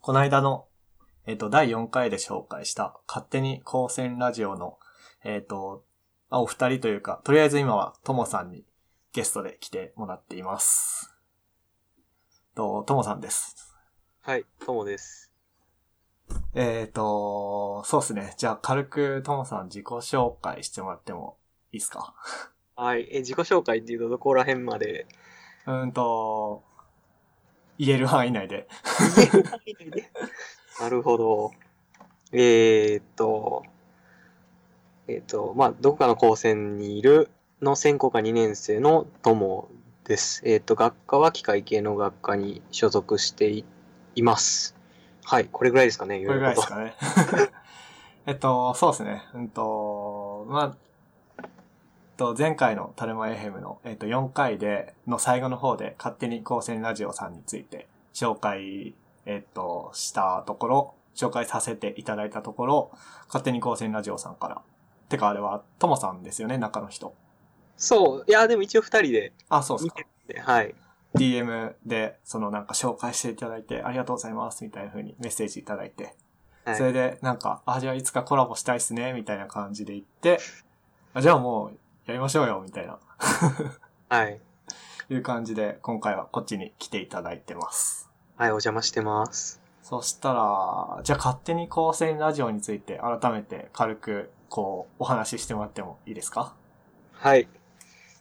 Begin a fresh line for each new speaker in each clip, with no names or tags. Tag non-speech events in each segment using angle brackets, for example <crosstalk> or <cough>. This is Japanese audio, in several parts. この間の、えっ、と、第4回で紹介した、勝手に高専ラジオの、えっ、と、まあ、お二人というか、とりあえず今はともさんにゲストで来てもらっています。と、ともさんです。
はい、ともです。
えっ、と、そうですね。じゃあ、軽くともさん自己紹介してもらってもいいですか
はい、え、自己紹介っていうとどこら辺
<laughs>
まで
うーんと、言える範囲内で。
なるほど。えー、っと、えーっと、まあ、どこかの高専にいるの専攻科2年生のともです。えーっと、学科は機械系の学科に所属していいます。はい、これぐらいですかね、
これぐらいです
か。
かね。 <laughs> えっと、そうですね。うんと、まあ、えっと、前回のタルマエヘムの、えっと、4回で、の最後の方で、勝手に高専ラジオさんについて紹介、えっと、したところ、紹介させていただいたところ、勝手に高専ラジオさんから。てか、あれは、ともさんですよね、中の人。
そう、いや、でも一応2人で、
あ、そうです
見
か
て。てはい、
DM で、そのなんか紹介していただいて、ありがとうございます、みたいな風にメッセージいただいて、
はい
それで、なんか、あ、じゃあいつかコラボしたいっすね、みたいな感じで言って、あじゃあもう、やりましょうよ、みたいな、
はい、
いう感じで、今回はこっちに来ていただいてます。
はい、お邪魔してます。
そしたら、じゃあ勝手に高専ラジオについて、改めて軽く、こう、お話ししてもらってもいいですか
はい。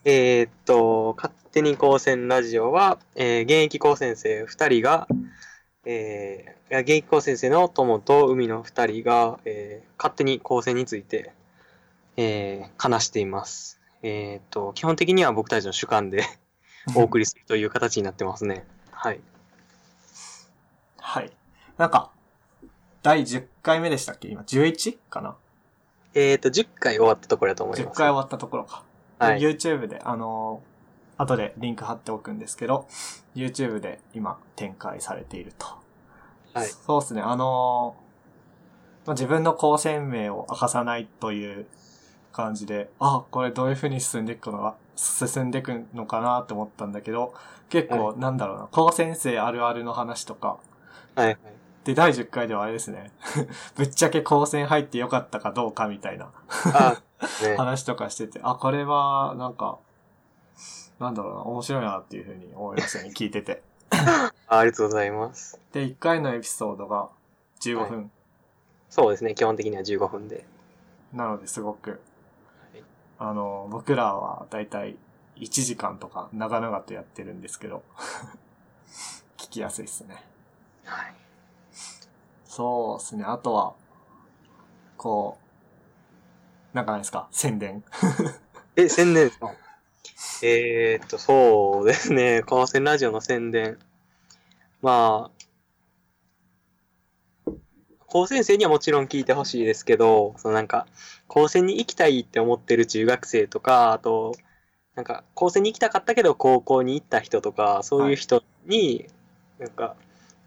えーっと、勝手に高専ラジオは、えー現役高専生2人が、えーいや現役高専生の友と海の2人が、えー勝手に高専について、えー話しています。えーっと、基本的には僕たちの主観で <laughs> お送りするという形になってますね。はい。
<laughs> はい。なんか、第10回目でしたっけ今、11? かな
えーっと、10回終わったところだと思い
?10
ま
回
す。
終わったところか。
はい。
YouTube で、あのー後でリンク貼っておくんですけど、YouTube で今展開されていると。
はい
そうですね、あのーまあ自分の高専名を明かさないという感じで、あ、これどういう風に進んでいくのか、進んでいくのかなと思ったんだけど、結構、なんだろうな、高専生あるあるの話とか、
はいはい。
で、第10回ではあれですね、 <laughs> ぶっちゃけ高専入ってよかったかどうかみたいな
あ、
<laughs>
ね。
話とかしてて、あ、これは、なんか、なんだろうな、面白いなっていうふうに思いましたね、聞いてて。
あありがとうございます。
で、1回のエピソードが15分
そうですね。基本的には15分で。
なのですごく、
い
あの、僕らはだいたい1時間とか長々とやってるんですけど、 <laughs> 聞きやすいですね。
はい。
そうですね、あとは、こう、なんかないですか、宣伝。
え、宣伝ですかえーっと、そうですね。高専ラジオの宣伝。まあ、高専生にはもちろん聞いてほしいですけど、そのなんか、高専に行きたいって思ってる中学生とか、あと、なんか、高専に行きたかったけど高校に行った人とか、そういう人に、なんか、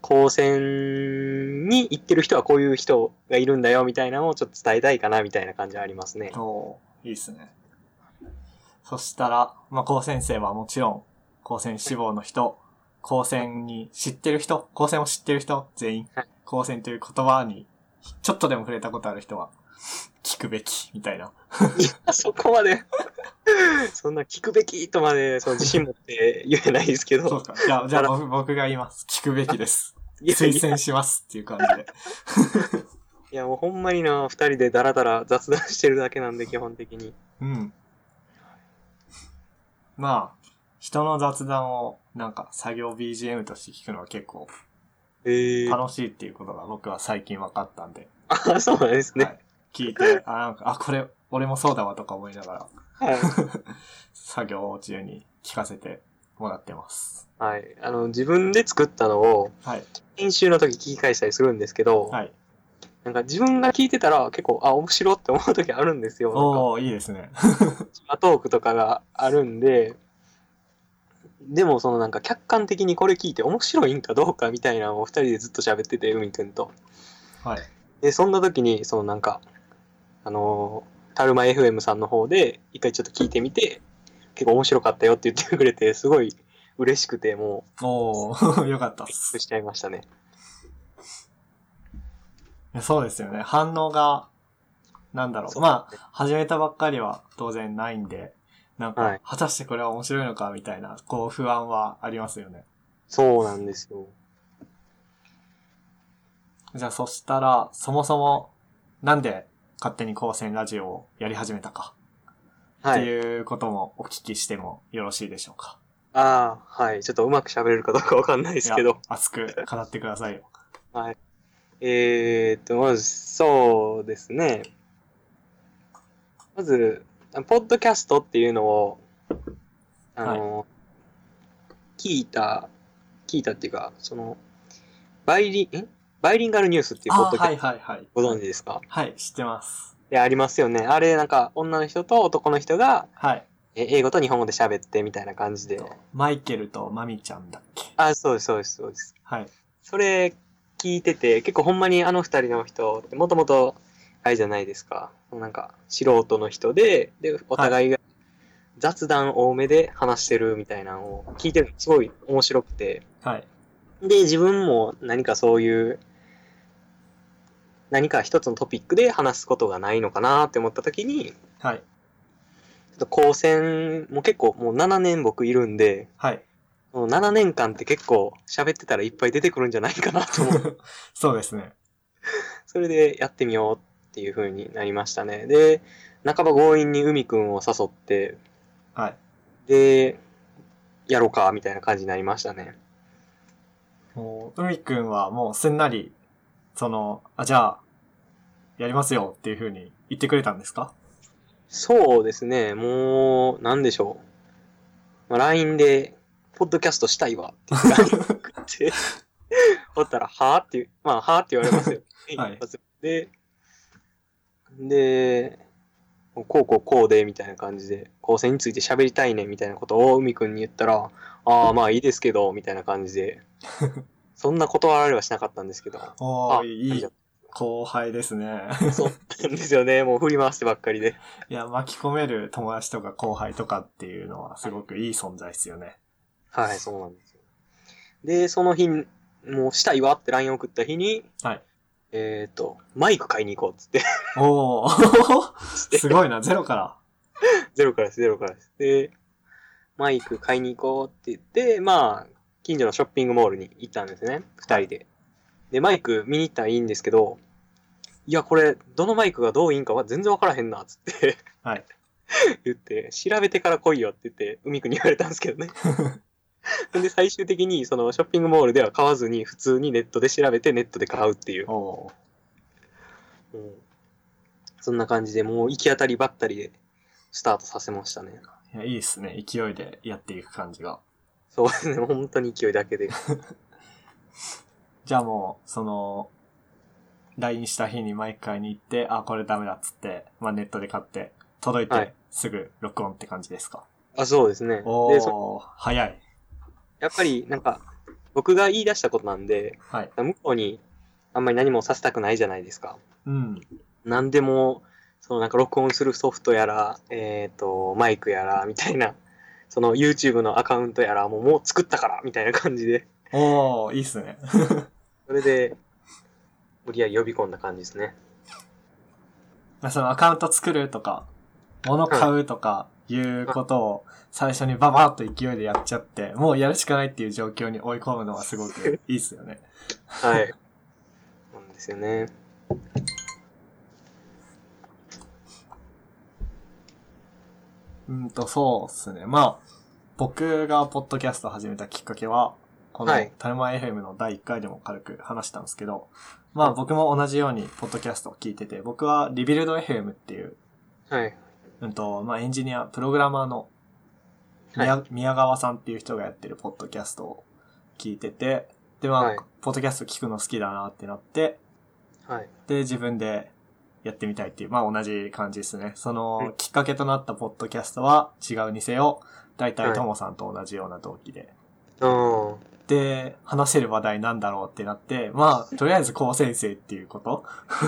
高専に行ってる人はこういう人がいるんだよみたいなのをちょっと伝えたいかなみたいな感じはありますね。
おーいいですね。そしたら、まあ、高専生はもちろん、高専志望の人、高専に知ってる人、高専を知ってる人、全員
はい、
高専という言葉に、ちょっとでも触れたことある人は、聞くべき、みたいな。
いや、 <laughs> そこまで、そんな聞くべきとまで、その自信持って言えないですけ
そう
ど、
か。じゃあ、じゃあ僕僕が言います。聞くべきです。
いやい
推
や、
薦しますっていう感じで。
いやもうほんまにな、二人でダラダラ雑談してるだけなんで、基本的に。
うん。まあ、人の雑談を、なんか、作業 BGM として聞くのは結構
ええー。
楽しいっていうことが僕は最近分かったんで、
あ、そうなんです
は
ね。
い聞いて、あ、なんか、あ、これ、俺もそうだわとか思いながら、 <laughs>
はい。
作業中に聞かせてもらってます。
はい。あの、自分で作ったのを、
はい。
編集の時聞き返したりするんですけど、
はい。
なんか自分が聞いてたら結構、あ、面白って思う時あるんですよ。なんか
おー、いいですね。
アトークとかがあるんで、でもそのなんか客観的にこれ聞いて面白いんかどうかみたいなのを二人でずっと喋ってて、海くんと。
はい。
で、そんな時に、そのなんか、あのー、タルマ FM さんの方で一回ちょっと聞いてみて、結構面白かったよって言ってくれて、すごい嬉しくて、も
おー、よかったっ <laughs>
う、
す
し。ちゃいましたね。
やそうですよね。反応が、なんだろう。まあ、
あ、
始めたばっかりは当然ないんで、なんか、
はい
果たしてこれは面白いのかみたいな、こう不安はありますよね。
そうなんですよ。
じゃあそしたら、そもそも、なんで勝手に高専ラジオをやり始めたか、っ
は
て
い。
いうこともお聞きしてもよろしいでしょうか。
ああ、はい。ちょっとうまく喋れるかどうかわかんないで
い
す
や
けど。
熱く語ってくださいよ。
えーっと、まず、そうですね。まず、ポッドキャストっていうのを、あの、聞いた、聞いたっていうか、その、バイリン、んバイリンガルニュースっていうポ
あ
ッドキ
は
ャ
い
スト、
はいはい。
ご存知ですか
はい、知ってます。
で、ありますよね。あれ、なんか、女の人と男の人が、
はい。
え英語と日本語で喋ってみたいな感じで。
マイケルとマミちゃんだっけ
あ、そうです、そうです、そうです。
はい。
それ聞いてて、結構ほんまにあの二人の人ってもともと、あれじゃないですか。なんか、素人の人で、で、お互いが雑談多めで話してるみたいなのを聞いてるのすごい面白くて。
はい。
で、自分も何かそういう、何か一つのトピックで話すことがないのかなって思った時に、ちょ
はい。
っと高専も結構もう7年僕いるんで、
はい。 <laughs>
もう7年間って結構喋ってたらいっぱい出てくるんじゃないかなと思って
そうですね。
それでやってみようっていう風になりましたね。で、半ば強引に海くんを誘って、
はい。
で、やろうか、みたいな感じになりましたね。
もう、海くんはもうすんなり、その、あ、じゃあ、やりますよっていうふうに言ってくれたんですか
そうですね、もう、なんでしょう。まあ、LINE で、ポッドキャストしたいわって言って、おったら、はぁっていう、まあ、はぁって言われますよ。
<laughs> はい
一発で、で、こうこうこうで、みたいな感じで、構成について喋りたいね、みたいなことを海くんに言ったら、ああ、まあいいですけど、みたいな感じで、そんな断られはしなかったんですけど、
お
あ
ー、い
あり
い
がと
後輩ですね。 <laughs>
うそうなんですよね、もう振り回してばっかりで。
いや、巻き込める友達とか後輩とかっていうのはすごくいい存在ですよね。
はい、そうなんですよ。で、その日、もうしたいわって LINE 送った日に、
はい
えっ、と、マイク買いに行こうっつって、
おおすごいな、ゼロから。
ゼロからです、ゼロからです。で、マイク買いに行こうって言って、まあ、近所のショッピングモールに行ったんですね、二人で。で、マイク見に行ったらいいんですけど、いや、これ、どのマイクがどういいんかは全然わからへんな、っつって、
はい。
<laughs> 言って、調べてから来いよって言って、海くんに言われたんですけ
<laughs>
どね。で、最終的に、その、ショッピングモールでは買わずに、普通にネットで調べて、ネットで買うっていう。
おお
うんそんな感じで、もう行き当たりばったりで、スタートさせましたね。
ーいや、いいですね。勢いでやっていく感じが。
そうですね、本当に勢いだけで。
じゃあもう、その、LINE した日に毎回に行って、あ、これダメだっつって、まあネットで買って、届い
は
て
い
すぐ録音って感じですか。
<laughs> あ、そうですね。でそ
おお早い。
やっぱり、なんか、僕が言い出したことなんで、
はい。
向こうにあんまり何もさせたくないじゃないですか。
うん。
何でも、そのなんか録音するソフトやら、えっ、と、マイクやら、みたいな、その YouTube のアカウントやら、もうもう作ったから、みたいな感じで、
おおいいっすね。
それで、無理やり呼び込んだ感じですね。
まあそのアカウント作るとか、物買うとかいうことを最初にババッと勢いでやっちゃって、もうやるしかないっていう状況に追い込むのはすごくいいっすよね。
<laughs> はい。そうなんですよね。
うんと、そうっすね。まあ、僕がポッドキャストを始めたきっかけは、この
はい
タルマ FM の第1回でも軽く話したんですけど、まあ僕も同じようにポッドキャストを聞いてて、僕はリビルド FM っていう、
はい。
うんと、まあエンジニア、プログラマーの宮,、
は
宮川さんっていう人がやってるポッドキャストを聞いてて、で、まあ、
はい
ポッドキャスト聞くの好きだなってなって、
はい。
で、自分でやってみたいっていう、まあ同じ感じですね。そうの
ん、
きっかけとなったポッドキャストは違うにせよ、大
は
体
い
ともさんと同じような動機で。
うん。
で、話せる話題なんだろうってなって、まあ、とりあえず高先生っていうこと。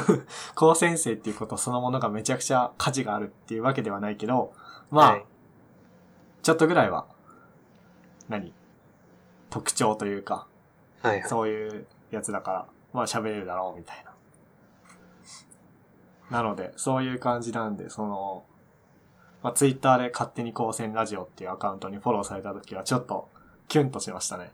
<laughs> 高先生っていうことそのものがめちゃくちゃ価値があるっていうわけではないけど、まあ、
はい
ちょっとぐらいは、何特徴というか、
はい。はい。
そういうやつだから、まあ喋れるだろうみたいな。なので、そういう感じなんで、その、まあ、ツイッターで勝手に高専ラジオっていうアカウントにフォローされた時はちょっとキュンとしましたね。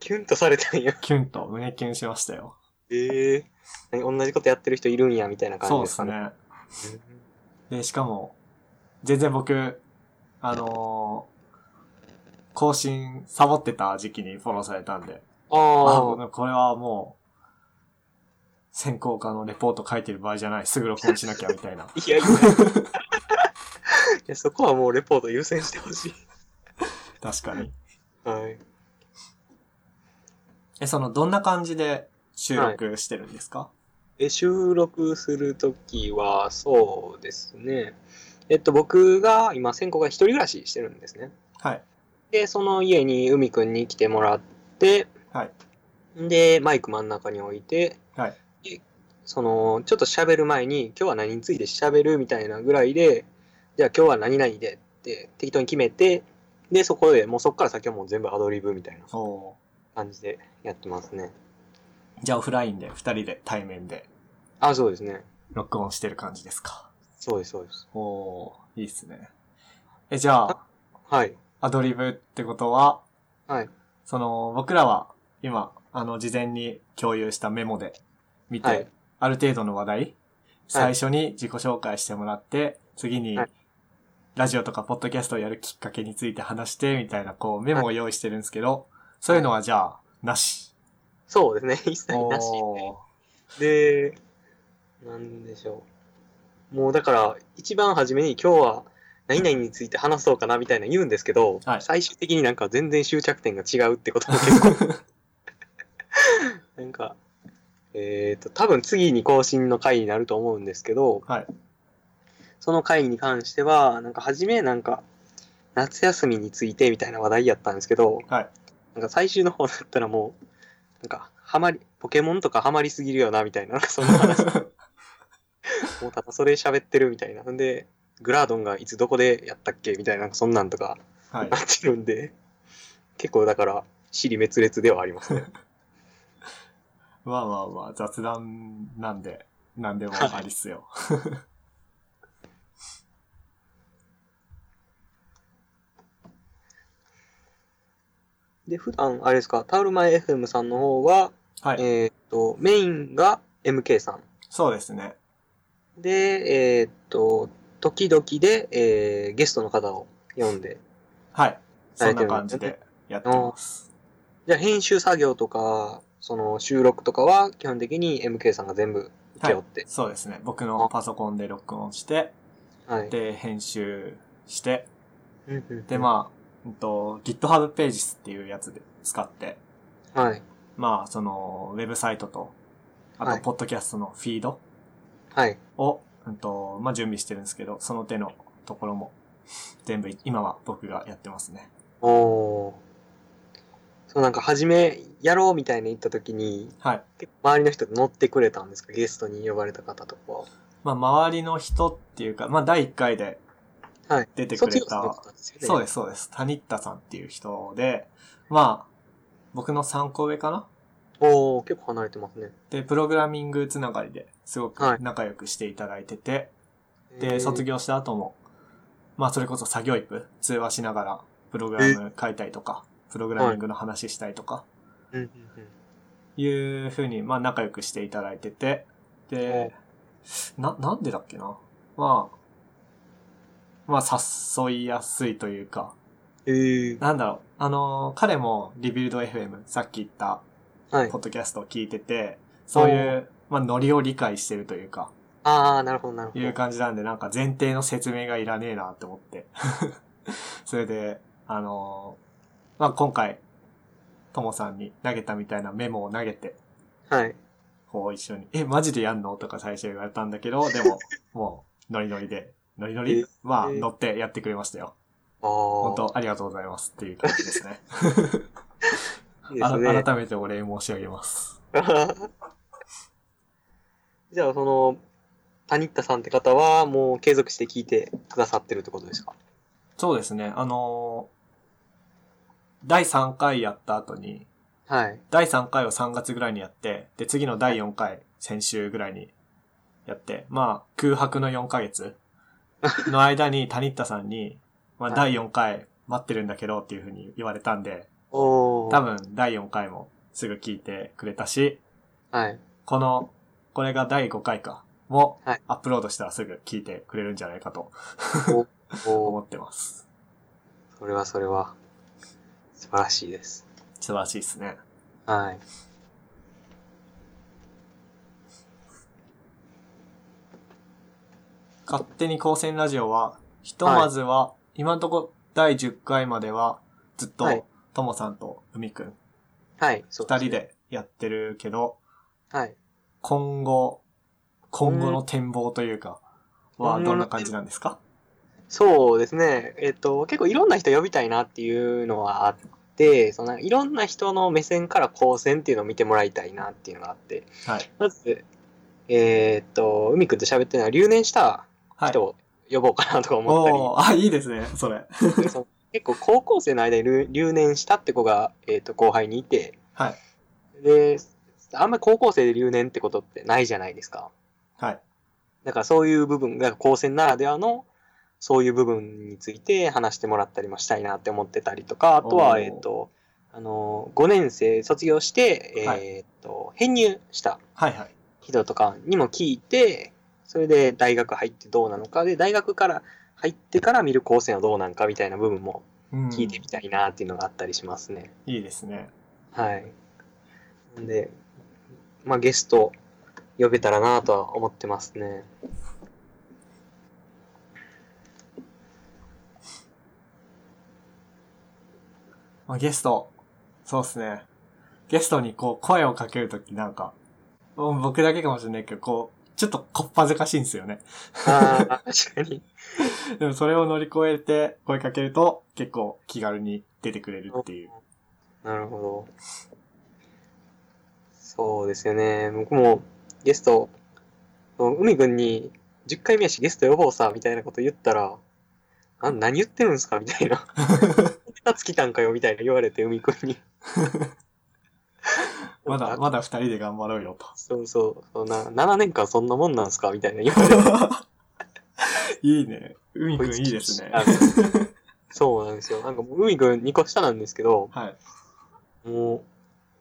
キュンとされたんや。
キュンと胸キュンしましたよ。
ええ同じことやってる人いるんや、みたいな感
そう
じ
で
で
すす
かね。
ね。で、しかも、全然僕、あのー更新サボってた時期にフォローされたんで、
ああ、
あこれはもう、専攻科のレポート書いてる場合じゃない、すぐ録音しなきゃみたい <laughs> な。
いやいや。 <laughs> いや、そこはもうレポート優先してほしい。 <laughs>
確かに。
はい。
え、その、どんな感じで収録してるんですか、
え、収録するときは、そうですね。えっと、僕が、今、先行が一人暮らししてるんですね。
はい。
で、その家に海くんに来てもらって、
はい
で、マイク真ん中に置いて、
はい
でその、ちょっと喋る前に、今日は何について喋るみたいなぐらいで、じゃあ今日は何々でって適当に決めて、で、そこでもうそこから先はもう全部アドリブみたいな
おお
感じでやってますね。
ー。じゃあオフラインで、二人で対面で
あ、そうですね。
録音してる感じですか
そうです、そうです。
おおー、いいっすね。え、じゃあ、
はい。
アドリブってことは、
はい。
その、僕らは今、あの、事前に共有したメモで見て、
はい
ある程度の話題、最初に自己紹介してもらって、次に
はい、
ラジオとかポッドキャストをやるきっかけについて話して、みたいな、こう、メモを用意してるんですけど、そういうのはじゃあ、なし。
そうですね。 <laughs> 一切なし
おー
で。で、なんでしょう。もうだから、一番初めに今日は何々について話そうかなみたいな言うんですけど、
はい
最終的になんか全然終着点が違うってことも
<laughs>
結構。なんか、えっ、と、多分次に更新の回になると思うんですけど、
はい
その回に関しては、なんか初めなんか、夏休みについてみたいな話題やったんですけど、
はい
なんか最終の方だったらもう、なんか、ハマり、ポケモンとかハマりすぎるよな、みたいな、なんかそんな話。もうただそれ喋ってるみたいな。んで、グラードンがいつどこでやったっけみたいな、なんかそんなんとか
はい
な。ってるんで、結構だから、尻滅裂ではありますね。
まあまあまあ、雑談なんで、なんでもありっすよ。
で、普段、あれですか、タウルマイ FM さんの方は、
はい。
えーっと、メインが MK さん。
そうですね。
で、えーっと、時々で、えーゲストの方を呼んで、
はい。そ
され
ん
てる
な感じでやってます。
じゃあ編集作業とか、その収録とかは基本的に MK さんが全部請け負って、
そうですね。僕のパソコンで録音して、
はい。
で、編集して、
うんうんうん
で、まあ、うんと、GitHub Pages っていうやつで使って、
はい。
まあ、その、ウェブサイトと、あ
は
と、
い
ポッドキャストのフィード
はい。
を、うんと、まあ、準備してるんですけど、その手のところも、全部、今は僕がやってますね。
おお。そう、なんか、初め、やろうみたいに言った時に、
はい。
結構周りの人乗ってくれたんですかゲストに呼ばれた方とかは。
まあ、周りの人っていうか、まあ、第1回で
はい。
出てく
卒
れ
業生
た、
の方ですよね。
そうです、そうです。タニッタさんっていう人で、まあ、僕の3個上かな
おお結構離れてますね。
で、プログラミングつながりですご
は
く
い
仲良くしていただいてて、
え
で、
ー
卒。業した後も、まあ、それこそ作業一部、通話しながら、プログラム書いたりとか、プログラミングの話したりとか、
うんうん
いうふうに、まあ、仲良くしていただいてて、で、な、なんでだっけなまあ、まあ、誘いやすいというか、
うん。ええ
なんだろう、あのー彼もリビルド FM、さっき言った、
はい
ポ。ッドキャストを聞いてて、そういう、まあ、ノリを理解してるというか、
ああ、なるほど、なるほ
いう
ど。
感じなんで、なんか前提の説明がいらねえなって思って。 <laughs> それで、あのーまあ、今回、ともさんに投げたみたいなメモを投げて、
はい。
こう一緒に、え、マジでやんのとか最初言われたんだけど、で
<laughs>
も、もう、ノリノリで、ノリノ
え
リまあ、
え
乗ってやってくれましたよ。
ああ。
本当ありがとうございますっていう感じですね。
いいで
あ
すね。
ら改めてお礼申し上げます。
<laughs> じゃあ、その、タニッタさんって方は、もう継続して聞いてくださってるってことですか
そうですね、あのー第3回やった後に、
はい。
第3回を3月ぐらいにやって、で、次の第4回、先週ぐらいにやって、まあ、空白の4ヶ月の間に、谷田さんに、まあ、
は
第4回待ってるんだけどっていうふうに言われたんで、
おー。
多分、第4回もすぐ聞いてくれたし、
はい。
この、これが第5回か、も
はい、
アップロードしたらすぐ聞いてくれるんじゃないかと
お
思 <laughs>
ー。
ってます。
それはそれは、素晴らしいです。
素晴らしいですね。
はい。
勝手に高専ラジオは、ひとまずは、今のとこ第10回までは、ずっと
はい、
ともさんと海くん、
はい。そう
二
す
人。でやってるけど、
はい。
今後、今後の展望というか、
うん
はどんな感じなんですか
そうですね。えっと、結構いろんな人呼びたいなっていうのはあって、そのいろんな人の目線から光線っていうのを見てもらいたいなっていうのがあって、
はい。
まず、えっと、海くんと喋ってるのは留年した
はい。
人を呼ぼうかなとか思ったり、
おーあ、いいですね、それ。
<laughs> そう結構高校生の間に留留年したって子が、えっと後輩にいて、
はい
で、あんまり高校生で留年ってことってないじゃないですか。
はい。
だからそういう部分、だから高専ならではの、そういう部分について話してもらったりもしたいなって思ってたりとか、あと
お
は、
ー
えっ、と、あの、5年生卒業して、
はい
えっ、と、編入した
はいはい。
人とかにも聞いて、それで大学入ってどうなのか、で、大学から入ってから見る高専はどうなんかみたいな部分も
うん。
聞いてみたいなっていうのがあったりしますね。
いいですね。
はい。なんで、まあゲスト呼べたらなとは思ってますね。
まあ、ゲスト、そうですね。ゲストにこう声をかけるときなんか、うん僕だけかもしれないけど、こう、ちょっとこっぱずかしいんですよね。
ああ、確かに。
<laughs> でもそれを乗り越えて声かけると結構気軽に出てくれるっていう。
なるほど。そうですよね。僕もゲスト、海くんに10回目やしゲスト呼ぼうさ、みたいなこと言ったら、あ何言ってるんすかみ
<laughs>
たいな。二つ来たんかよ、みたいな言われて、海くんに。
まだ、まだ二人で頑張ろうよと。 <laughs>
そうそうそんな。7年間そんなもんなんすかみたいな言われて。
いいね。海くんいいですね。
あの <laughs> そうなんですよ。なんかもう海くん2個下なんですけど、
はい。
もう、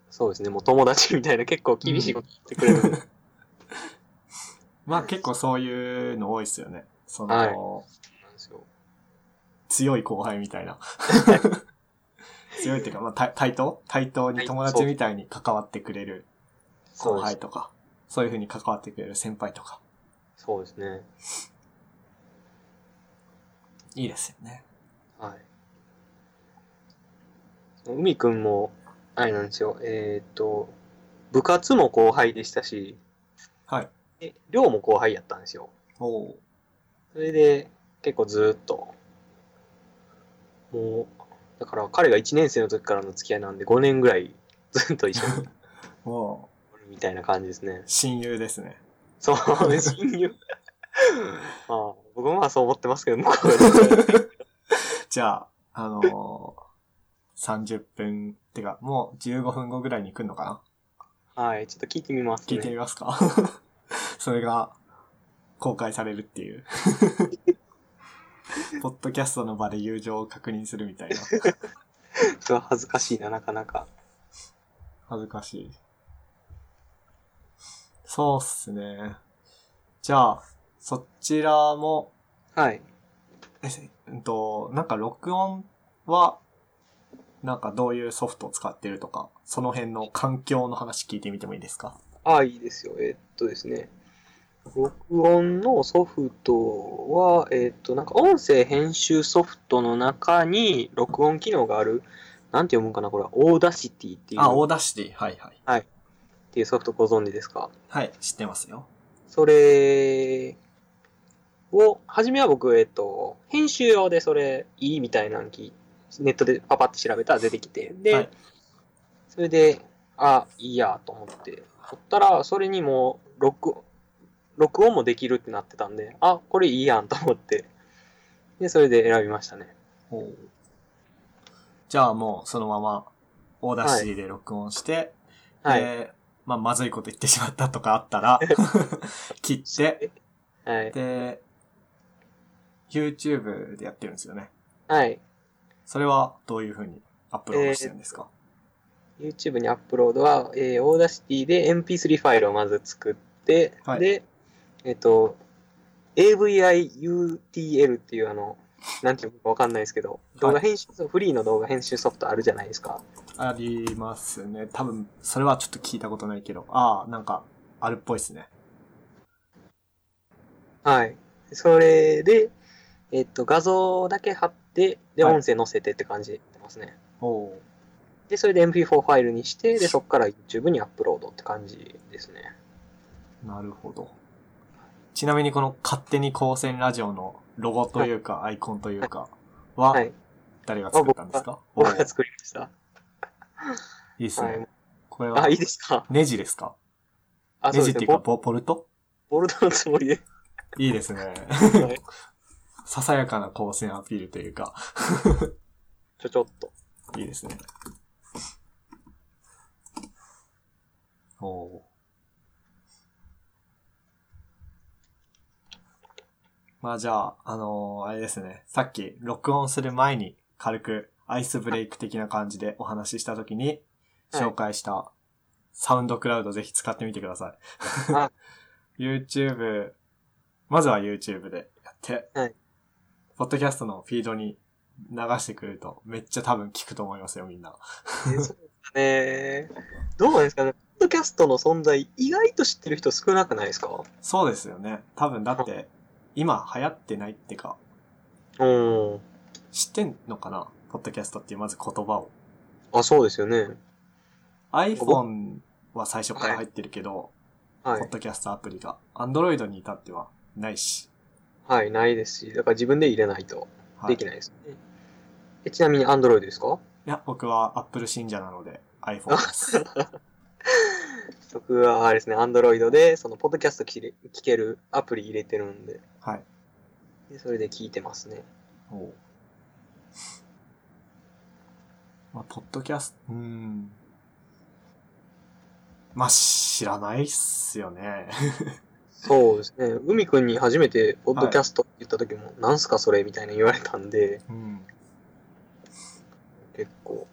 そうですね、もう友達みたいな結構厳しいこと言ってくれるんで
まあ結構そういうの多いですよね。その、
はいなんですよ。
強い後輩みたいな。強いっていうか、まあ対対等対等に友達みたいに関わってくれる <laughs> 後輩とか、そういう風に関わってくれる先輩とか、
そうですね。
いいですよね。
はい。海くんも、あれなんですよ。えーっと、部活も後輩でしたし、
はい。
え寮も後輩やったんですよ。
おお
それで、結構ずーっと、もう、だから彼が1年生の時からの付き合いなんで5年ぐらいずっと一緒に
ー。もう、
おるみたいな感じです
<laughs>
ね。
親友ですね。
そうね、親友。
<laughs>
まあ、僕もまあそう思ってますけど、向こ
<laughs>
うは
じゃあ、あのー、30分、てか、もう15分後ぐらいに来るのかな
はい、ちょっと聞いてみます、ね。
聞いてみますかそれが、公開されるっていう。ポッドキャストの場で友情を確認するみたいな。
うわ恥ずかしいな、なかなか。
恥ずかしい。そうっすね。じゃあ、そちらも、
はい。
えうんと、なんか録音は、なんかどういうソフトを使ってるとか、その辺の環境の話聞いてみてもいいですか
ああ、いいですよ。えーっとですね。録音のソフトは、えーっと、なんか音声編集ソフトの中に録音機能がある、なんて読むんかな、これは、オーダーシティっていう、
あ、
っ
オーダーシティ。はいはい。
ていうソフトご存知ですか
はい、知ってますよ。
それを、はじめは僕、えーっと、編集用でそれいいみたいなのき、ネットでパパって調べたら出てきて、で、
はい
それで、あ、いいやと思って、ほったら、それにもう録、録音もできるってなってたんで、あ、これいいやんと思って、で、それで選びましたね。
おーじゃあもうそのまま、オーダーシーで録音して、
はい。
で、まあ、まずいこと言ってしまったとかあった
<laughs>
ら、切って、
はい。
で、YouTube でやってるんですよね。
はい。
それはどういうふうにアップロードしてるんですか、
YouTube にアップロードは、えー、オーダーシティで MP3 ファイルをまず作って、
はい
で、えっ、と、AVIUTL っていうあの、なんていうのかわかんないですけど、動画編集、フリーの動画編集ソフトあるじゃないですか。
ありますね。多分、それはちょっと聞いたことないけど、ああ、なんか、あるっぽいですね。
はい。それで、えっ、と、画像だけ貼って、で、
はい
音声載せてって感じでますね。
おお
で、それで MP4 ファイルにして、で、そこから YouTube にアップロードって感じですね。
ー、なるほど。ちなみにこの勝手に光線ラジオのロゴというか、アイコンというか、は
はい。
誰が作ったんですか、お
僕
ー
が作りました。
いいです
はい
ね。。これは
あ、いいですか。
ネジですか
あ、そ
ネ
う
ジ
で
って
す
い
ね。
うか
ボ
ボ、ボルト
ボルトのつ
<laughs>
もりで。
いいですね。
<laughs> はい
ささやかな光線アピールというか、
ちょちょっと。
いいですね。おおー。まあじゃあ、あのーあれですね。さっき録音する前に軽くアイスブレイク的な感じでお話ししたときに
はい
紹介したサウンドクラウドぜひ使ってみてくださ
あ
い。YouTube、まずは YouTube でやって、
はい
ポッドキャストのフィードに流してくれるとめっちゃ多分聞くと思いますよ、みんな。
えそうですね。どうなんですかね。ポッドキャストの存在、意外と知ってる人少なくないですか
そうですよね。多分だって、今流行ってないってか、
うん。
知ってんのかなポッドキャストっていうまず言葉を。
あ、そうですよね。
iPhone は最初から入ってるけど、
は
ポ
い
ッ。ドキャストアプリが。Android に至ってはないし。
はい、ないですし、だから自分で入れないと
は
でき
い
ないですね。えちなみに Android ですか
や、僕は Apple 信者なので iPhone です。
<laughs> 僕はあれですね、Android で、その、ポッドキャスト聞れ聞けるアプリ入れてるんで、
はい。
でそれで聞いてますね。
おうまあ、ポッドキャスト、うーん。まあ、知らないっすよ <laughs> ね。
そうですね。海くんに初めて、ポッドキャストって言った時も、なんすかそれみたいな言われたんで、
うん。
結構、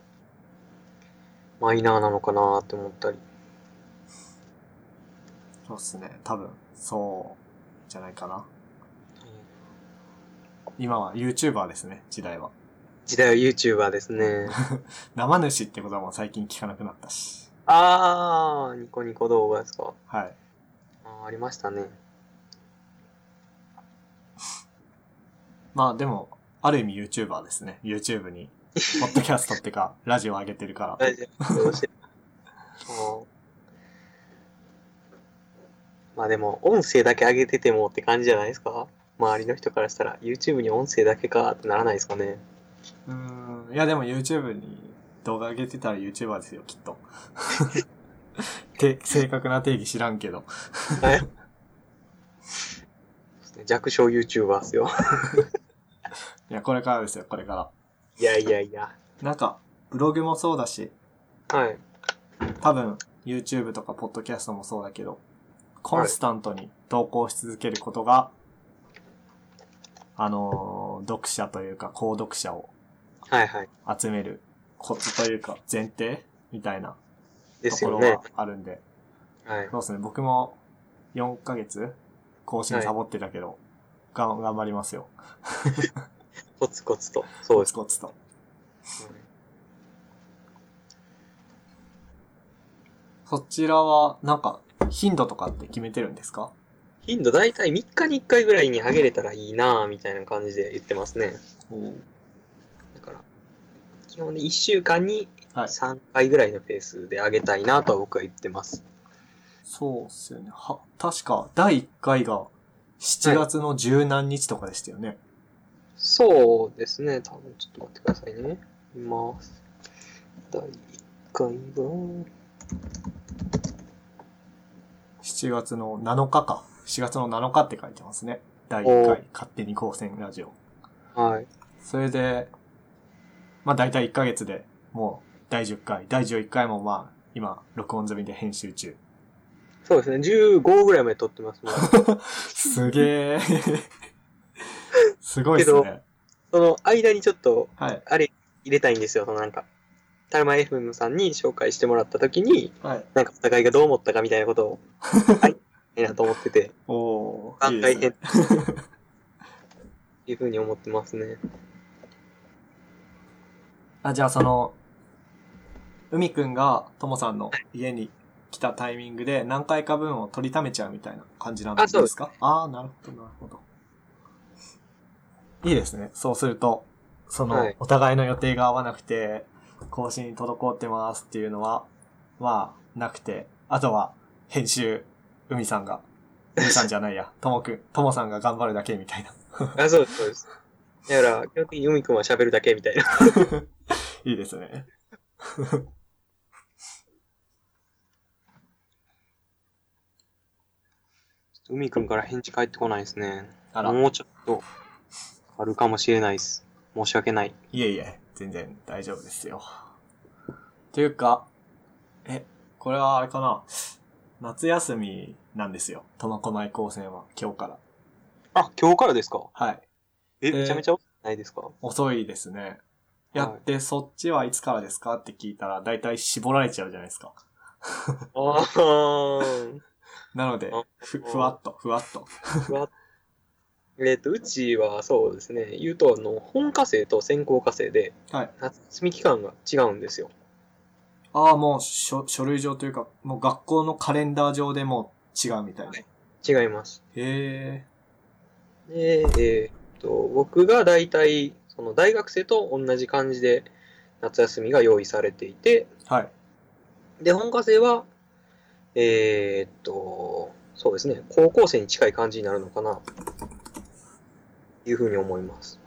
マイナーなのかなって思ったり。
そうっすね。多分、そう、じゃないかな。今は YouTuber ですね、時代は。
時代は YouTuber です <laughs> ね。
生主ってことはもう最近聞かなくなったし。
あー、ニコニコ動画ですか。
はい。
あーありましたね。
まあでも、ある意味 YouTuber ですね。YouTube <laughs> に、ポッドキャストってか、ラジオ上げてるから。
大丈夫。どうして <laughs> もうまあでも、音声だけ上げててもって感じじゃないですか周りの人からしたら、YouTube に音声だけかってならないですかね。
うーん。いやでも YouTube に動画上げてたら YouTuber ですよ、きっと。 <laughs> て、正確な定義知らんけど。
はい。弱小 YouTuber っすよ。
いや、これからですよ、これから。
いやいやいや。
なんか、ブログもそうだし、
はい。
多分 YouTube とか Podcast もそうだけど、コンスタントに投稿し続けることが、あのー読者というか、購読者を
はいはい。
集めるコツというか、前提みたいな
で
と
す
こ
よ
ろ
ね
が。あるんで、
はい。
そうですね、僕も4ヶ月更新サボってたけど、がん頑張りますよ。
コツコツと。そ
コ
うで
ツ
す。
コツと。そちらは、なんか、頻度とかって決めてるんですか
頻度だいたい3日に1回ぐらいに上げれたらいいなぁ、みたいな感じで言ってますね。だから、基本で1週間に
はい。
3回ぐらいのペースで上げたいなとは僕は言ってます。
そうっすよね。は、確か、第1回が、7月の十何日とかでしたよね。
そうですね。多分ちょっと待ってくださいね。います。第1回は、
7月の7日か。7月の7日って書いてますね。第1
お
回
ー、
勝手に高専ラジオ。
はい。
それで、まあ大体1ヶ月でもう、第10回、第11回もまあ、今、録音済みで編集中。
そうですね。15ぐらいまで撮ってます、 <laughs> もう
すげえ。すごいっす
け
ね。
その間にちょっと、
はい。
あれ入れたいんですよ。そのなんか、タルマ FM さんに紹介してもらった時に、
はい。
なんかお互いがどう思ったかみたいなこと <laughs> を、はい、いいなと思ってて、
おー。い
段
いで
階
すね
<laughs> 編。いうふうに思ってますね。
あ、じゃあその、海くんがともさんの家に来たタイミングで何回か分を取りためちゃうみたいな感じなんで
あそうです
かああー、なるほど、なるほど。いいですね。そうすると、その、
はい
お互いの予定が合わなくて、更新滞ってますっていうのは、まあ、なくて、あとは、編集、海さんが、海さんじゃないや、ともくん、ともさんが頑張るだけみたいな。
あ、そうです、そうです。だから、基本的に海くんは喋るだけみたいな。
いいですね。
海くんから返事返ってこないですね。
あら、
もうちょっと、あるかもしれないです。申し訳ない。
いえいえ、全然大丈夫ですよ。というか、え、これはあれかな。夏休みなんですよ。苫小牧高専は今日から。
あ、今日からですか
はい。
え、
えー
めちゃめちゃ遅くないですか
遅いですね。や
はい
って、そっちはいつからですかって聞いたら、だいたい絞られちゃうじゃないですか。
あー。
なので
あ、
ふ、ふわっと、ふわっと。
<laughs> えっと、うちはそうですね、言うと、あの、本科生と専攻科生で、
はい
夏休み期間が違うんですよ。
ああ、もう書、書類上というか、もう学校のカレンダー上でもう違うみたいな。
は
へ
い違います。
え。
で、えっと、僕が大体、その大学生と同じ感じで、夏休みが用意されていて、
はい。
で、本科生は、えーっと、そうですね、高校生に近い感じになるのかな、というふうに思います。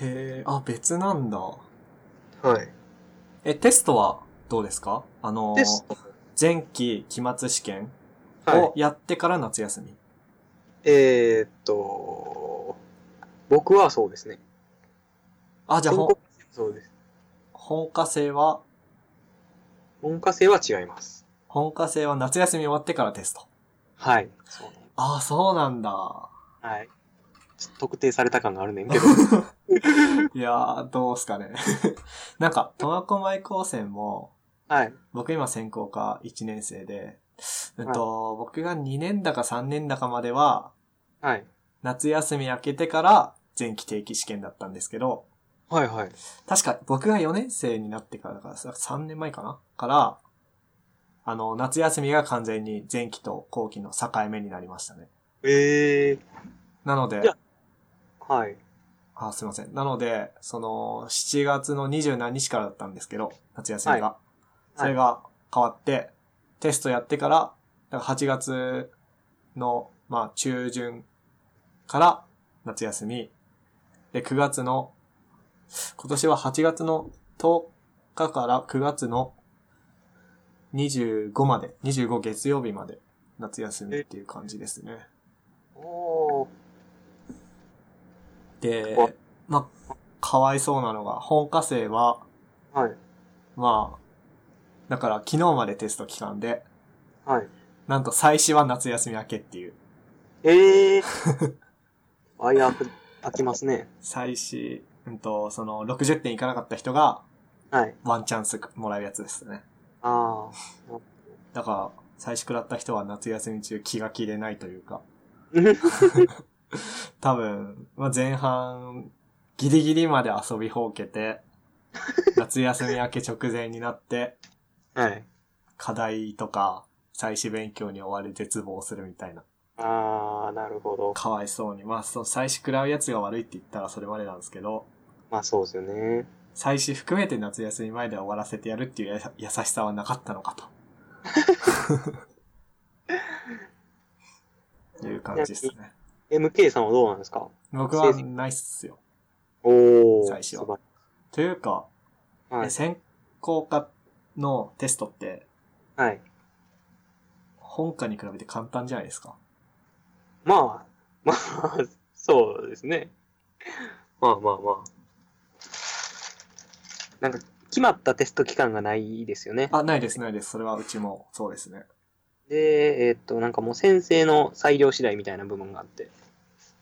へえ、あ、別なんだ。
はい。
え、テストはどうですかあのー
テスト。
前期期末試験
はい
を。やってから夏休み。
えーっと、僕はそうですね。
あ、じゃあ
本
本
科そうです。
本科生は、
本科生は違います。
本科生は夏休み終わってからテスト。
はい。そうね。
あ、そうなんだ。
はい。ちょっと特定された感があるねん <laughs> けど。
いやー、どうすかね。 <laughs> なんか、苫小牧高専も、
はい。
僕今専攻科1年生で、えっと、僕が2年だか3年だかまでは、
はい。
夏休み明けてから前期定期試験だったんですけど、
はいはい。
確か僕が4年生になってからだから、さ3年前かなから、あの、夏休みが完全に前期と後期の境目になりましたね。
え
なので
いや、ー。はい。
あ、すいません。なので、その、7月の二十何日からだったんですけど、夏休みが。それが変わって、テストやってから、だから8月の、まあ、中旬から夏休み。で、9月の、今年は8月の10日から9月の25まで、25月曜日まで夏休みっていう感じですね。
おー。
で
わ、
まあ、かわいそうなのが、本科生は、
はい。
まあ、だから昨日までテスト期間で、
はい。
なんと最始は夏休み明けっていう。
えー。
<laughs>
あ、いや、開きますね。
最始、うんと、その、60点いかなかった人が、
はい。
ワンチャンスもらうやつですね。
あ
だから、最始食らった人は夏休み中気が切れないというか、
ー。 <laughs>
多分、まあ、前半、ギリギリまで遊びほうけて、夏休み明け直前になって、
はい。
課題とか、最始勉強に追われ絶望するみたいな。
あー、なるほど。
かわいそうに。まあ、その、最始食らうやつが悪いって言ったらそれまでなんですけど、
まあそうですよね。
最始含めて夏休み前で終わらせてやるっていうやさ優しさはなかったのかと。いう感じですね。
MK さんはどうなんですか
僕はないっすよ。
おー。
最初は
素晴
というか、
ら
え
しい
専攻科のテストって
はい。はい。
本科に比べて簡単じゃないですか。
まあ、まあ、 <laughs> そうですね。まあまあまあ。なんか、昨決まったテスト期間がないですよね。
あ、ないです、ないです。それはうちもそうですね。
で、えっと、なんかもう先生の裁量次第みたいな部分があって。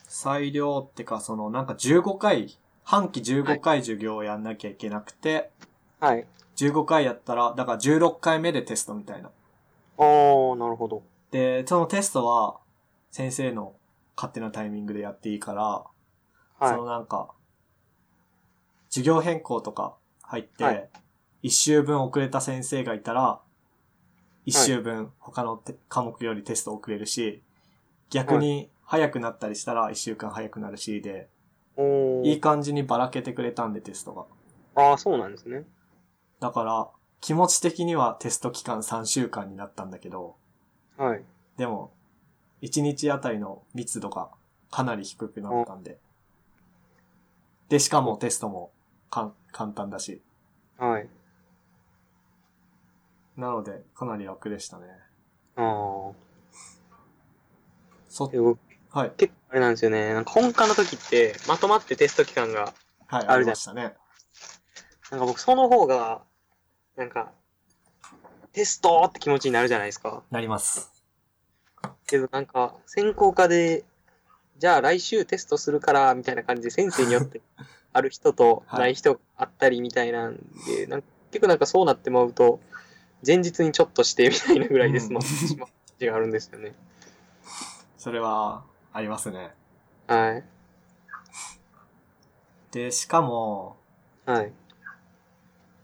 裁量ってか、その、なんか15回、半期15回授業をやんなきゃいけなくて、
はい。
15回やったら、だから16回目でテストみたいな。
あー、なるほど。
で、そのテストは、先生の勝手なタイミングでやっていいから、そのな
は
んか、授業変更とか入っ
は
て
い、
一週分遅れた先生がいたら、一週分他のて科目よりテスト遅れるし、逆に早くなったりしたら一週間早くなるしで、
い。お
いい
ー。
感じにばらけてくれたんでテストが。
あー、そうなんですね。
だから、気持ち的にはテスト期間3週間になったんだけど、
はい。
でも、1日あたりの密度がかなり低くなったんで。で、しかもテストもかん簡単だし。
はい。
なので、かなり楽でしたね。
あー。
そ
で、僕
はい、
結構あれなんですよね。なんか本科の時って、まとまってテスト期間が、
はい、
だ
ありましたね。
なんか僕その方が、なんか、テストって気持ちになるじゃないですか。
なります。
けどなんか、専攻科で、じゃあ来週テストするから、みたいな感じで先生によってある人と
<laughs> はい
ない人があったりみたいなんで、なんか結構なんかそうなってまうと、前日にちょっとしてみたいなぐらいで済ませてしまう感じがあるんですよね。
それは、ありますね。
はい。
で、しかも、
はい。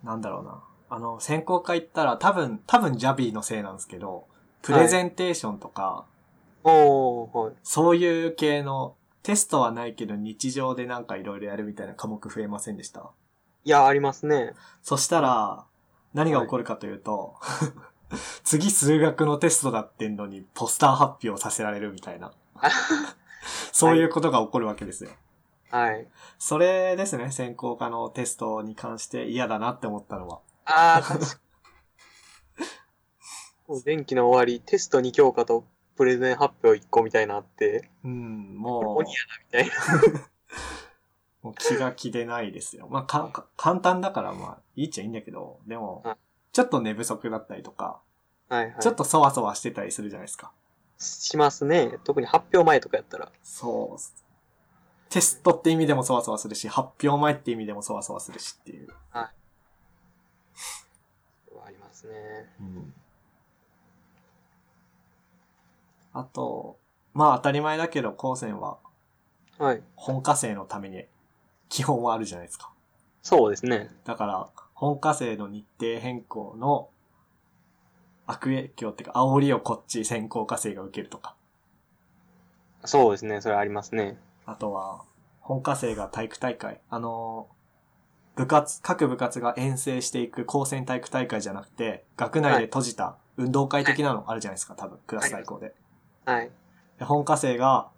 なんだろうな。あの、選考会行ったら、多分、多分 Javi のせいなんですけど、プレゼンテーションとか、
おー、はい。
そういう系の、テストはないけど日常でなんかいろいろやるみたいな科目増えませんでした
いや、ありますね。
そしたら、何が起こるかというと、 <laughs> 次数学のテストだってんのにポスター発表させられるみたい
<laughs>
な。そういうことが起こるわけですよ。
はい。
それですね、専攻科のテストに関して嫌だなって思ったのは。
あー、確かに。前期の終わり、テスト2教科とプレゼン発表1個みたいなのあって、
うん、
こ
も
れ鬼やなみたい
う、 <laughs> もう気が気でないですよ。まあ、か、か簡単だからまあ、いいっちゃいいんだけど、でも
はい、
ちょっと寝不足だったりとか、
な。はいはい。
ちょっとそわそわしてたりするじゃないですか。
しますね。特に発表前とかやったら。
そう。テストって意味でもそわそわするし、発表前って意味でもそわそわするしっていう。
ありますね。
あと、まあ当たり前だけど、高専は
はい。
本科生のために基本はあるじゃないですか。
そうですね。
だから、本科生の日程変更の悪影響っていうか、煽りをこっち先行科生が受けるとか。
そうですね。それありますね。
あとは、本科生が体育大会。あのー、部活、各部活が遠征していく高専体育大会じゃなくて、学内で閉じた運動会的なのあるじゃないですか、多分、クラス対抗で。
はい。
で本科生が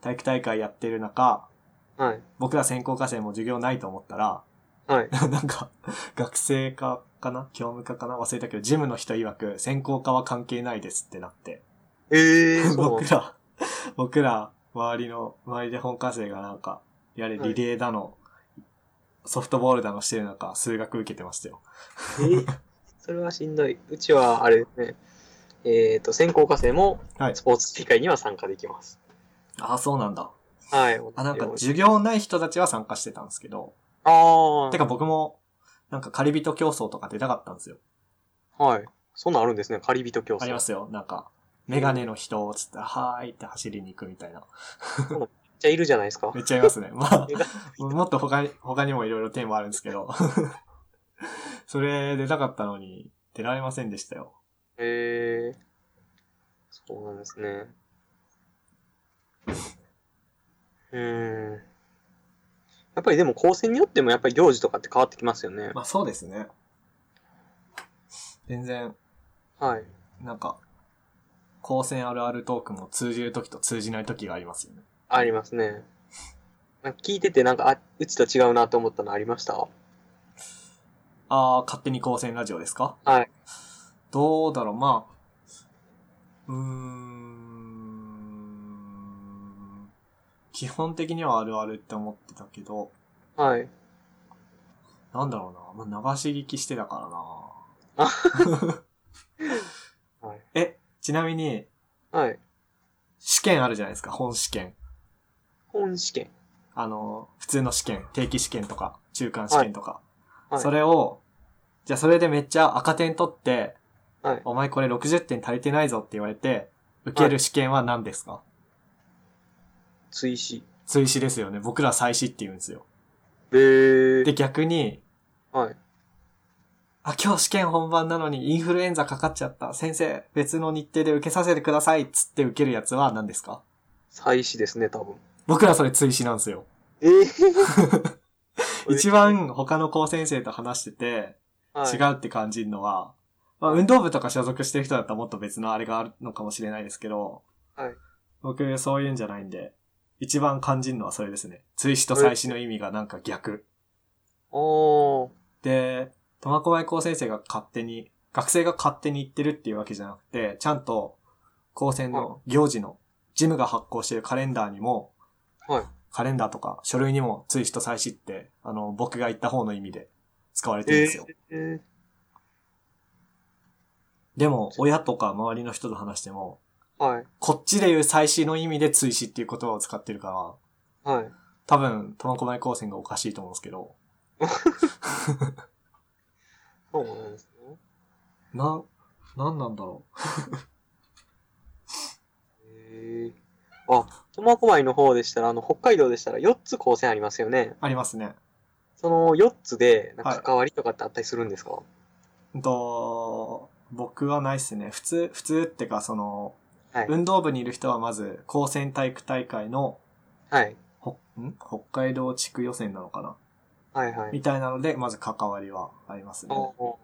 体育大会やってる中、
はい。
僕ら専攻科生も授業ないと思ったら、 <laughs>
はい。
なんか、学生科かな教務科かな忘れたけど、ジムの人曰く、専攻科は関係ないですってなって。<laughs>
ええー、そう
僕。ら、僕ら、周りの、周りで本科生がなんか、やれ、
はい
リレーだの、ソフトボールだのしてる中、数学受けてましたよ。
えーそれはしんどい。うちは、あれですね。えっ、と、専攻科生も
はい
ス。ポーツ大会には参加できます。
ああ、そうなんだ。
はい。
あ、なんか、授業ない人たちは参加してたんですけど、
ああ。
てか、僕も、なんか、カリビト競争とか出たかったんですよ。
はい。そんなんあるんですね。カリビト競争。
ありますよ。なんか、メガネの人、つったら、はーいって走りに行くみたいな。
めっちゃいるじゃないですか
め。っちゃいますね。ま <laughs> あ
え、だ
もっと他に、他にもいろいろテーマあるんですけど、 <laughs> それ出たかったのに、出られませんでしたよ。
えー、そうなんですね。うーん。やっぱりでも高専によってもやっぱり行事とかって変わってきますよね。
まあそうですね。全然、
はい。
なんか、高専あるあるトークも通じる時と通じない時がありますよね。
ありますね。なんか聞いててなんか、あ、うちと違うなと思ったのありました
ああ、勝手に高専ラジオですか
はい。
どうだろう、まあ、うーん、基本的にはあるあるって思ってたけど、
はい。
なんだろうな。まあ、流し聞きしてたから
あ
な。
はい
え、ちなみに、
はい。
試験あるじゃないですか、本試験。
本試験。
あの、普通の試験、定期試験とか、中間試験とか。
はい。
それを、じゃあそれでめっちゃ赤点取って、
はい。
お前これ60点足りてないぞって言われて、受ける試験は何ですか、
追試。
追試ですよね。僕ら再試って言うんですよ。
えー。
で、逆に、
はい。
あ、今日試験本番なのにインフルエンザかかっちゃった。先生、別の日程で受けさせてくださいっつって受けるやつは何ですか
再試ですね、多分。
僕らそれ追試なんですよ。
え <laughs> ー
一、番他の高先生と話してて、
はい
違うって感じるのは、まあ、運動部とか所属してる人だったらもっと別のあれがあるのかもしれないですけど、
はい
僕そういうんじゃないんで、一番感じるのはそれですね。追試と再試の意味がなんか逆。
おー。
で、苫小牧高先生が勝手に、学生が勝手に言ってるっていうわけじゃなくて、ちゃんと高専の行事の、ジムが発行してるカレンダーにも、
はい。
カレンダーとか書類にも追試と再試って、あの、僕が言った方の意味で使われてるんですよ。
えー、
でも、親とか周りの人と話しても、
はい。
こっちで言う最新の意味で追試っていう言葉を使ってるから、
はい。
多分、苫小牧高専がおかしいと思うんですけど、
そうなんですね。
な、なんなんだろ
えー。あ、苫小牧の方でしたら、あの、北海道でしたら4つ高専ありますよね
う。。ありますね。
その4つで、なん
は
か
い
関わりとかってあったりするんですか、
うんと、僕はないっすね。普通、普通ってか、その、
はい
運動部にいる人はまず、高専体育大会の、
はい。
ほん北海道地区予選なのかな
はいはい。
みたいなので、まず関わりはありますね。
お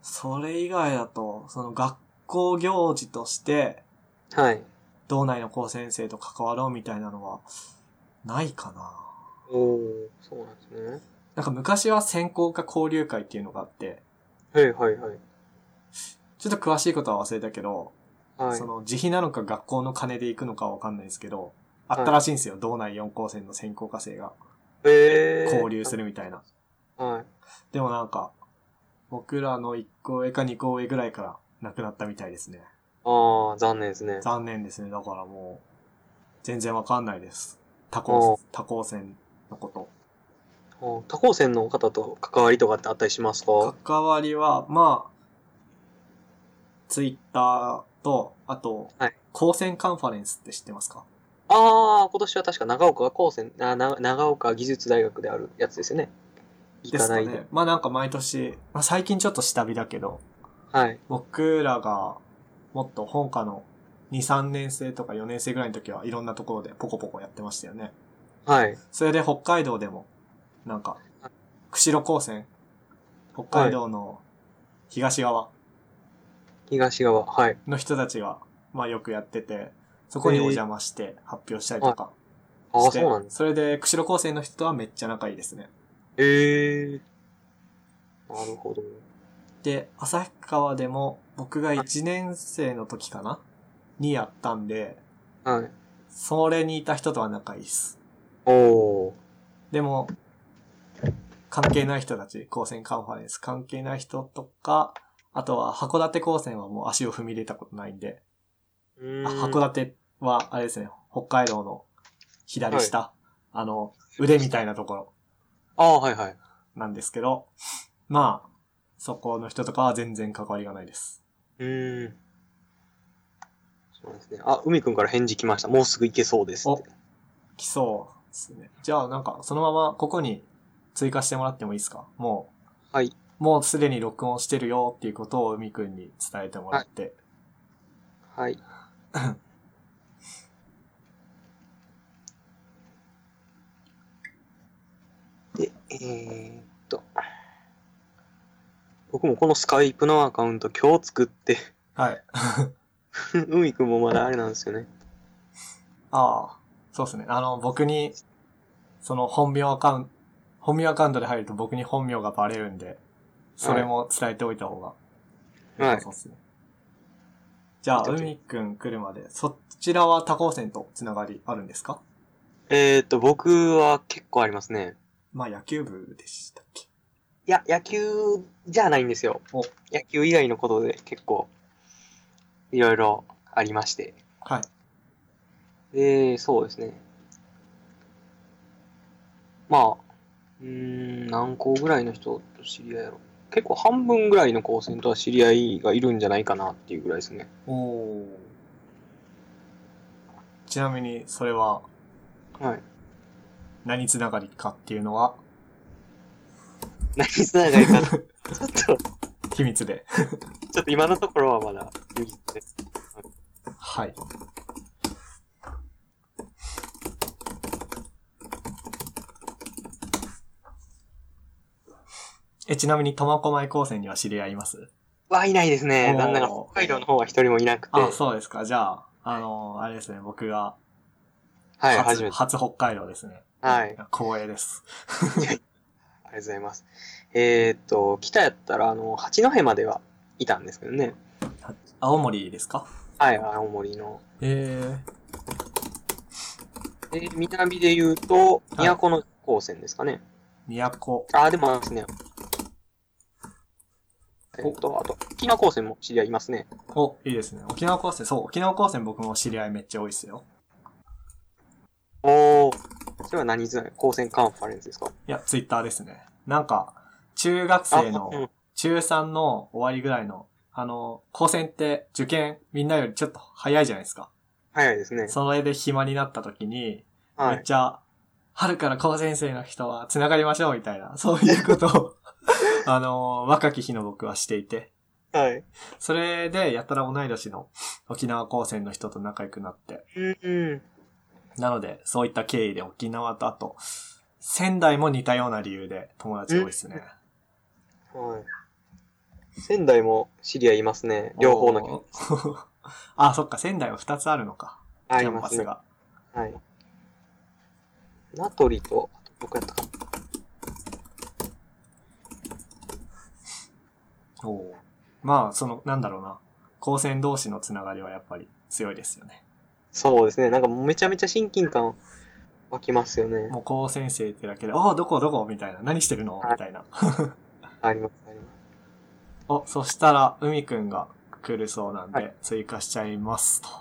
それ以外だと、その学校行事として、
ーはい。
道内の高先生と関わろうみたいなのは、ないかな。
おおそうなんですね。
なんか昔は専攻か交流会っていうのがあって、
はいはいはい。
ちょっと詳しいことは忘れたけど、
はい
そ。の自費なのか学校の金で行くのかはわかんないですけど、あったらしいんですよ、道内4高専の専攻科生が
えー、
交流するみたいな。
はい。
でもなんか、僕らの1校上か2校上ぐらいからなくなったみたいですね。
ああ、残念ですね。
残念ですね。だからもう、全然わかんないです。多高、多高専のこと。
お多高専の方と関わりとかってあったりしますかは
関わりは、まあ、ツイッターと、あと、
はい
高専カンファレンスって知ってますか
ああ、今年は確か長岡高専あな、長岡技術大学であるやつですよね。行
で
か
す
な
か
いで。
ね。まあなんか毎年、まあ最近ちょっと下火だけど、
はい。
僕らがもっと本科の2、3年生とか4年生ぐらいの時はいろんなところでポコポコやってましたよね。
はい。
それで北海道でも、なんか
はい、
釧路高専、北海道の東側
東側。はい。
の人たちが、まあよくやってて、そこにお邪魔して発表したりとか
あ
し
あ、
て、
そうなんです。
それで釧路高専の人とはめっちゃ仲いいですね。
ええー。なるほど。
で、旭川でも僕が1年生の時かなにやったんで、
はい。
それにいた人とは仲いいです。
おお
でも、関係ない人たち、高専カンファレンス関係ない人とか、あとは函館高専はもう足を踏み入れたことないんで、
ー。うーん
あ函館はあれですね、北海道の左下、あの、腕みたいなところ
ああ、はいはい。
なんですけど、まあ、そこの人とかは全然関わりがないです。
うーん。そうですね。あ、海くんから返事来ました。もうすぐ行けそうですって。
来そうですね。じゃあなんかそのままここに追加してもらってもいいですかもう。
はい。
もうすでに録音してるよっていうことを海くんに伝えてもらって。
<coughs> はい。で、えー、っと。僕もこのスカイプのアカウント今日作って、
はい。
<laughs> 海くんもまだあれなんですよね。
ああ、そうですね。あの、僕に、その本名アカウント、本名アカウントで入ると僕に本名がバレるんで、それも伝えておいた方が、
はい
そうですね。じゃあ、海くん来るまで、そちらは他高専とつながりあるんですか
えー、っと、僕は結構ありますね。
まあ野球部でしたっけ
いや、野球じゃないんですよ
お。
野球以外のことで結構、いろいろありまして。
はい。
で、そうですね。まあ、うーん、何校ぐらいの人と知り合いやろ。結構半分ぐらいの高専とは知り合いがいるんじゃないかなっていうぐらいですね。
おお。ちなみに、それは
はい。 <laughs>
何つながりかっていうのは
何つながりか、ちょっと、
<laughs> 秘密で。
ちょっと今のところはまだ言って、
はい。え、ちなみに、苫小牧高専には知り合いいます
はいないですね。
おー
なんなら北海道の方は一人もいなくて、
あ、そうですか。じゃあ、あのあれですね、僕が
はい、初
初、
めて。
初北海道ですね。
はい。
光栄です。
ありがとうございます。えーっと、北やったら、あの、八戸まではいたんですけどね。
青森ですか
はい、青森の。
ええ
で、南で言うと、
はい
都の高専ですかね。
宮古。
あー、でもありますね。えーっと、あと、沖縄高専も知り合いますね。
お、いいですね。沖縄高専、そう、沖縄高専僕も知り合いめっちゃ多いっすよ。
おー、それは何つながり高専カンファレンスですか
いや、ツイッターですね。なんか、中学生の、
うん
中3の終わりぐらいの、あの、高専って受験みんなよりちょっと早いじゃないですか。
早いですね。
それで暇になった時に、
は
めっ
い。
ちゃ、春から高専生の人は繋がりましょうみたいな、 <laughs> そういうこと
<laughs>
を、あの若き日の僕はしていて、
はい。
それでやたら同い年の沖縄高専の人と仲良くなって、
うん、うん。
なので、そういった経緯で沖縄とあと、仙台も似たような理由で友達多いですね。
はい。仙台も知り合いいますね。両方のキャン
おー <laughs> あ、そっか、仙台は2つあるのか。
あ
キ
り
ャン
ま
パ
す
ス
ね。
が。
はい。名取と、あと僕やったかな
おおー。まあ、その、なんだろうな。高専同士のつながりはやっぱり強いですよね。
そうですね。なんかめちゃめちゃ親近感湧きますよね。
もう高専生ってだけで、ああ、どこどこみたいな。何してるのみたいな。
あります、ありま
お、そしたら、海くんが来るそうなん
は
で、追加しちゃいますと。
す。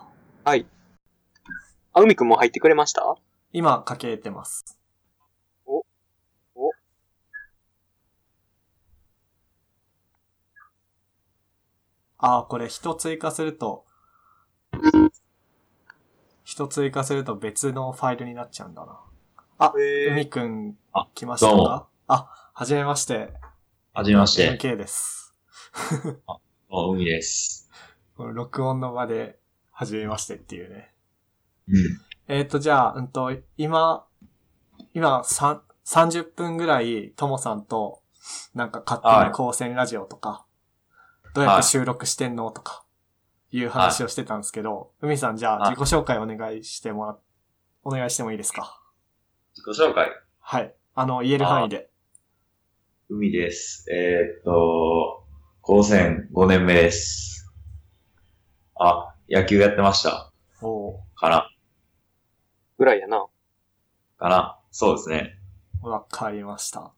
はい。あ、海くんも入ってくれました
今、かけてます。ああ、これ人追加すると、人追加すると別のファイルになっちゃうんだな。
え
海くん
あ、
来ました
どう
か
も
あ、はじめまして。
はじめまして。
MK です。
あ、海です。
この録音の場で、はじめましてっていうね。
うん。
えっ、と、じゃあ、うんと、今、今、さん30分ぐらい、ともさんと、なんか勝手
は
に
い
高専ラジオとか、どうやって収録してんのとか、いう話をしてたんですけど、海さん、じゃあ、
はい
自己紹介お願いしてもら、お願いしてもいいですか
自己紹介。
はい。あの、言える範囲で。
海です。えーっと、高専5年目です。あ、野球やってました。
おー
かな
ぐらいやな。
かなそうですね。
わかりました。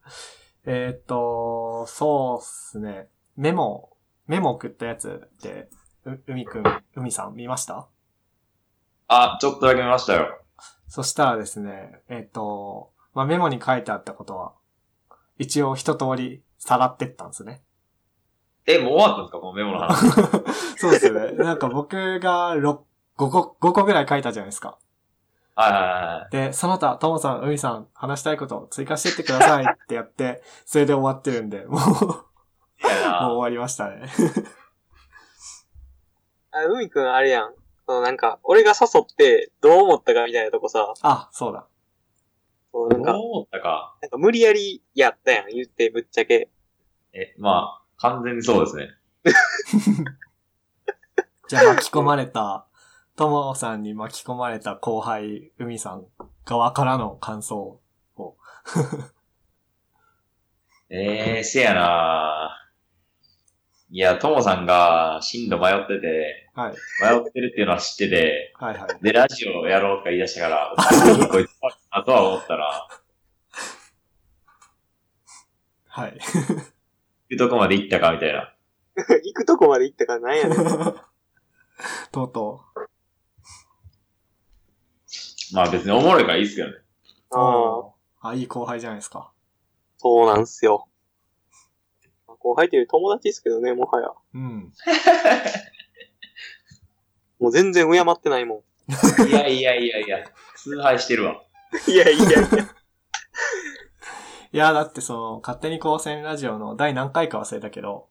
<laughs> えーっと、そうっすね。メモ、メモ送ったやつって、う、海くん、海さん見ました
あ、ちょっとだけ見ましたよ。
そしたらですね、えーっと、まあ、メモに書いてあったことは、一応一通りさらってったんですね。 <laughs>
え、もう終わったんですかこのメモの <laughs> 話。
そうですよね。なんか僕が六5個、5個ぐらい書いたじゃないですか。
はいはいはい。
で、その他、ともさん、海さん、話したいこと追加してってくださいってやって、それで終わってるんで、もう、も
いや
う
な
終わりましたね。
あ、海くんあれやん。そのなんか、俺が誘ってどう思ったかみたいなとこさ、
あ、そうだ。
そうな
どうん
か、
思ったか。
なんか無理やりやったやん。言ってぶっちゃけ。 <laughs>
え、まあ、完全にそうですね。
じゃあ巻き込まれた、ともさんに巻き込まれた後輩、海さん側からの感想。
えー、せやないや、ともさんが進路迷ってて、
はい。
迷ってるっていうのは知ってて、
はいはい。
<laughs> で、ラジオやろうとか言い出したから、こいつあとは思ったら、
はい。
いうとこまで行ったかみたいな。
行くとこまで行ったからなん
<laughs>
やねん。
とうと
まあ別におもろいからいいっすけどね。
う。
ああ、
あ。いい後輩じゃないですか。
そうなんすよ。後輩というより友達ですけどね、もはや。
うん。
もう全然敬ってないも
いやいやいやいや、崇拝してるわ。
<laughs> ん。いやいやいや。
いや、だってその、勝手に高専ラジオの第何回か忘れたけど、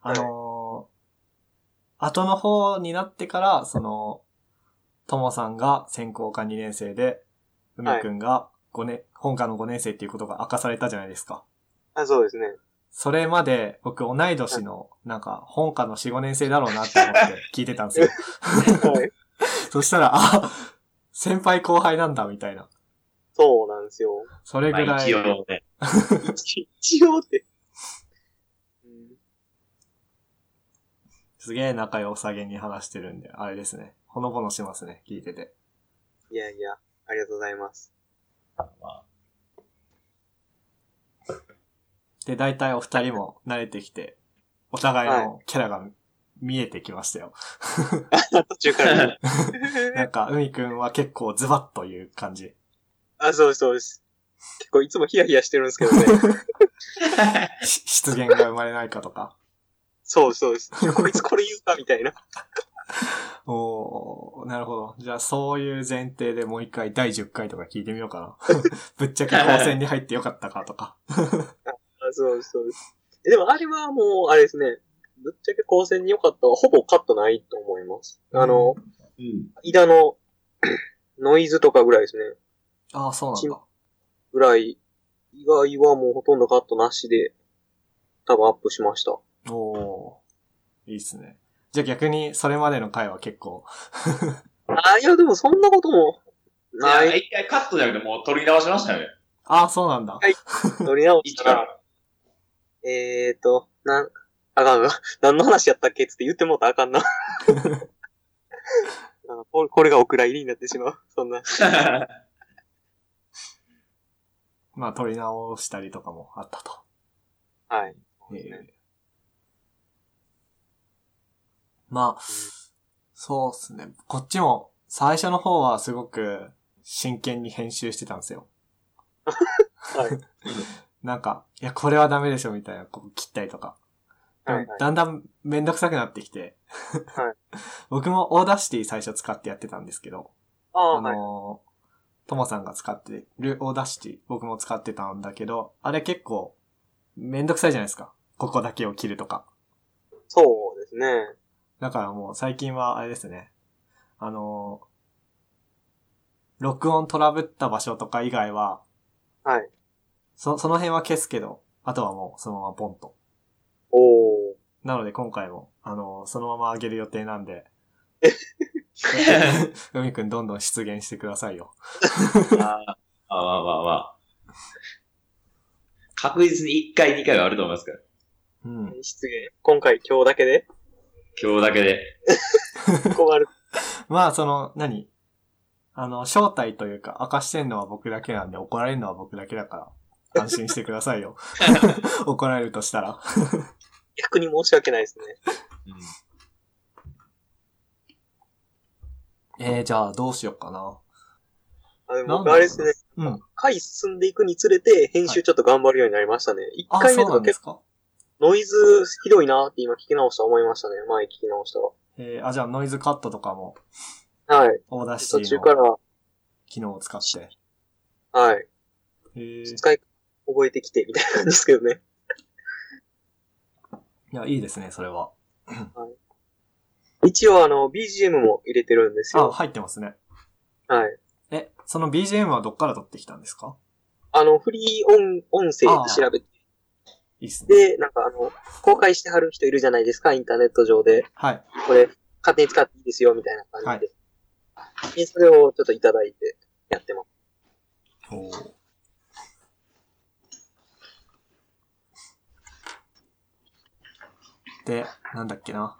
あのー後の方になってから、その、ともさんが専攻科2年生で、
は
海
い
くんが5年、本科の5年生っていうことが明かされたじゃないですか。
あそうですね。
それまで、僕、同い年の、なんか、本科の4、5年生だろうなって思って聞いてたんです
<laughs>
よ。
はい。
そしたら、あ、先輩後輩なんだ、みたいな。
そうなんですよ。
それ
ま
ぐ
あ
らい。
一応
<laughs>
ね。
一応って。うん
すげえ仲良さげに話してるんで、あれですね。ほのぼのしますね、聞いてて。
いやいや、ありがとうございます。
で、大体お二人も慣れてきて、お互いのキャラが見えてきましたよ。
途中から、 <laughs> ね。
なんか、海くんは結構ズバッという感じ。
あ、そうです、そうです。結構いつもヒヤヒヤしてるんですけど <laughs> ね。
し <laughs> 失言が生まれないかとか。
そうです、そうです。こいつこれ言うかみたいな。
おー、なるほど。じゃあ、そういう前提でもう一回第10回とか聞いてみようかな。 <laughs> ぶっちゃけ高専に入ってよかったかとか。
あそうです、そうです。えでもあれはもう、あれですね。ぶっちゃけ高専に良かったはほぼカットないと思います。あの、
うん。
間の <clears throat> ノイズとかぐらいですね。
ああ、そうなんだ。
ぐらい以外はもうほとんどカットなしで、多分アップしました。
おー、いいっすね。じゃあ逆に、それまでの回は結構、
あ、いや、でもそんなことも、ない
や
い。
一回カットじゃなくてもう取り直しましたよね。
ああ、そうなんだ。
撮り直し
一
た、
からら。
えーと、なん、あかん <laughs> あかん。何の話やったっけつって言ってもうたらあかんな。あ <laughs> ここれがお蔵入りになってしまう。そんな。
<laughs>
まあ、撮り直したりとかもあったと。
はい。
ええまあ、そうっすね。こっちも、最初の方はすごく真剣に編集してたんですよ。
はい。
なんか、いや、これはダメでしょ、みたいな、こう切ったりとか。
はいはい
だんだんめんどくさくなってきて。
はい
<laughs> 僕もオーダーシティ最初使ってやってたんですけど、
ああ、
あ
はい。
のー、ともさんが使ってるオーダーシティ、僕も使ってたんだけど、あれ結構めんどくさいじゃないですか。ここだけを切るとか。
そうですね。
だからもう最近はあれですね。あのー録音トラブった場所とか以外は、
はい。
そ、その辺は消すけど、あとはもうそのままポンと。
おー。
なので今回も、あのーそのまま上げる予定なん
<laughs>
で、 <laughs> 海くんどんどん出現してくださいよ。
ああ、まあまあまあ。確実に1回、2回はあると思いますから。
うん。
失言。今回今日だけで
今日だけで。
困る。
まあその、何あの、正体というか、明かしてんのは僕だけなんで、怒られるのは僕だけだから、安心してください
<laughs>
よ。怒られるとしたら。
逆に申し訳ないですね。
うん
えー、じゃあどうしようかな。
あでも
なん
僕
だろうな
あれですね。
うん。
回進んでいくにつれて、編集ちょっと頑張るようになりましたね。一
あ、
回
そ
目
う
と
な
か
んです
結
か
構ノイズひどいなって今聞き直した思いましたね。前聞き直した
えーあ、じゃあノイズカットとかも、
ら。はい。
オーダーシ
途
テ
中
ィ
か
の
ら、
機能を使って。
はい。
えー
使い、覚えてきてみたいな感じですけどね。
いや、いいですね、それは。
一応あの、BGM も入れてるんです
あ、
よ。
入ってますね。
はい。
え、その BGM はどっから撮ってきたんですか
あの、フリー音、音声で調べて、
いいっすね。
でなんかあの、公開してはる人いるじゃないですか、インターネット上で。
はい。
これ、勝手に使っていいですよ、みたいな感じで。でそれをちょっといただいてやってます。
おーで、なんだっけな。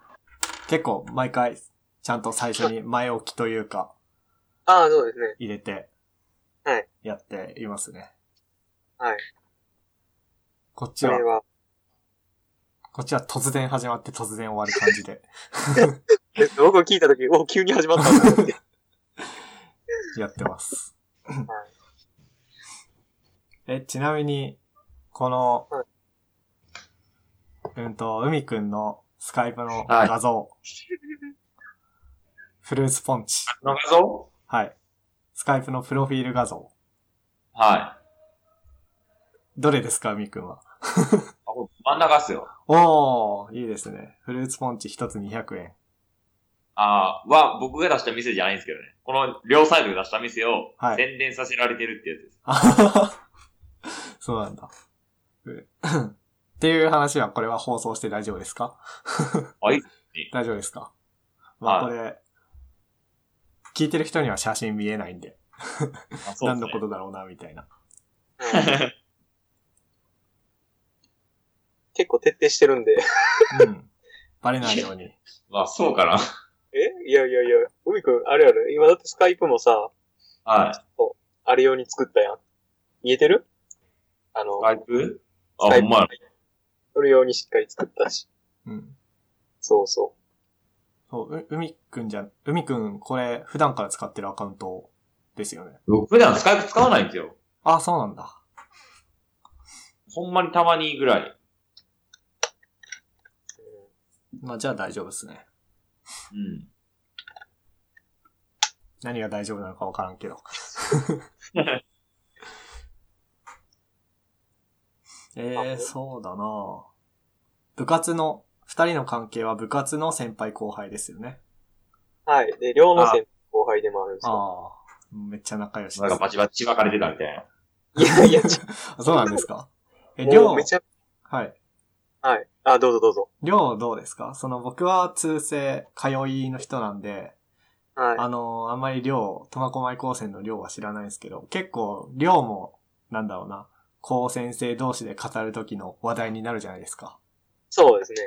結構、毎回、ちゃんと最初に前置きというか、
ああ、そうですね。
入れて
はい、
やっていますね。
はい。
こっち
そ
は
れ、は、
こっちは突然始まって突然終わる感じで
え僕聞いたとき、お、急に始まったんだと思って。
やってます。え、ちなみに、この
はい、
うんと、海くんのスカイプの
はい
画像、フルーツポンチ。
の画像
はい。スカイプのプロフィール画像。
はい。
どれですか、海くんは。
あこれ真ん中っすよ。
おー、いいですね。フルーツポンチ一つ200円。
あーは、僕が出した店じゃないんですけどね。この両サイドで出した店を
はい
宣伝させられてるってやつです。
あはは <laughs> そうなんだ。う <laughs> っていう話は、これは放送して大丈夫ですか
あ、いいっす
<laughs> 大丈夫ですかまあ、こ
は
れ、聞いてる人には写真見えないんで、
あそうっ
何
す
の
ね
ことだろうな、みたい
<laughs>
な。
うん結構徹底してるんで。
うん。バレないように。
まあ、そうかな。
えいやいやいや、海くん、あれあれ、今だってスカイプもさ、
はい。
あれ用に作ったやん。見えてるあの
ス、カイプ
ス
あ、
カ
ほ
イプ
んまや。
それ用にしっかり作ったし。
うん。
そうそ
そう、う、海くんじゃ、海くん、これ、普段から使ってるアカウントですよね。
僕普段スカイプ使わないんですよ。
あ、そうなんだ。
ほんまにたまにぐらい。
う。
まあ、じゃあ大丈夫ですね。
うん。
何が大丈夫なのかわからんけど。えー、そうだなぁ部活の、二人の関係は部活の先輩後輩ですよね。
はい。で、両の先輩後輩でもあるんですよ。
ああ、めっちゃ仲良し
な
で
ん
す
か。バチバチ分かれてたみたいな。
いやいや、ち
あそうなんですかえ、り
も
ょ
う
う
め、ちゃ、
はい。
はい。あ、どうぞどうぞ。
りょうどうですかその僕は通世、通いの人なんで、
は
あのーあんまりりょう、苫小牧高専のりょうは知らないんですけど、結構りょうも、なんだろうな、高専生同士で語る時の話題になるじゃないですか。
い。そうですね。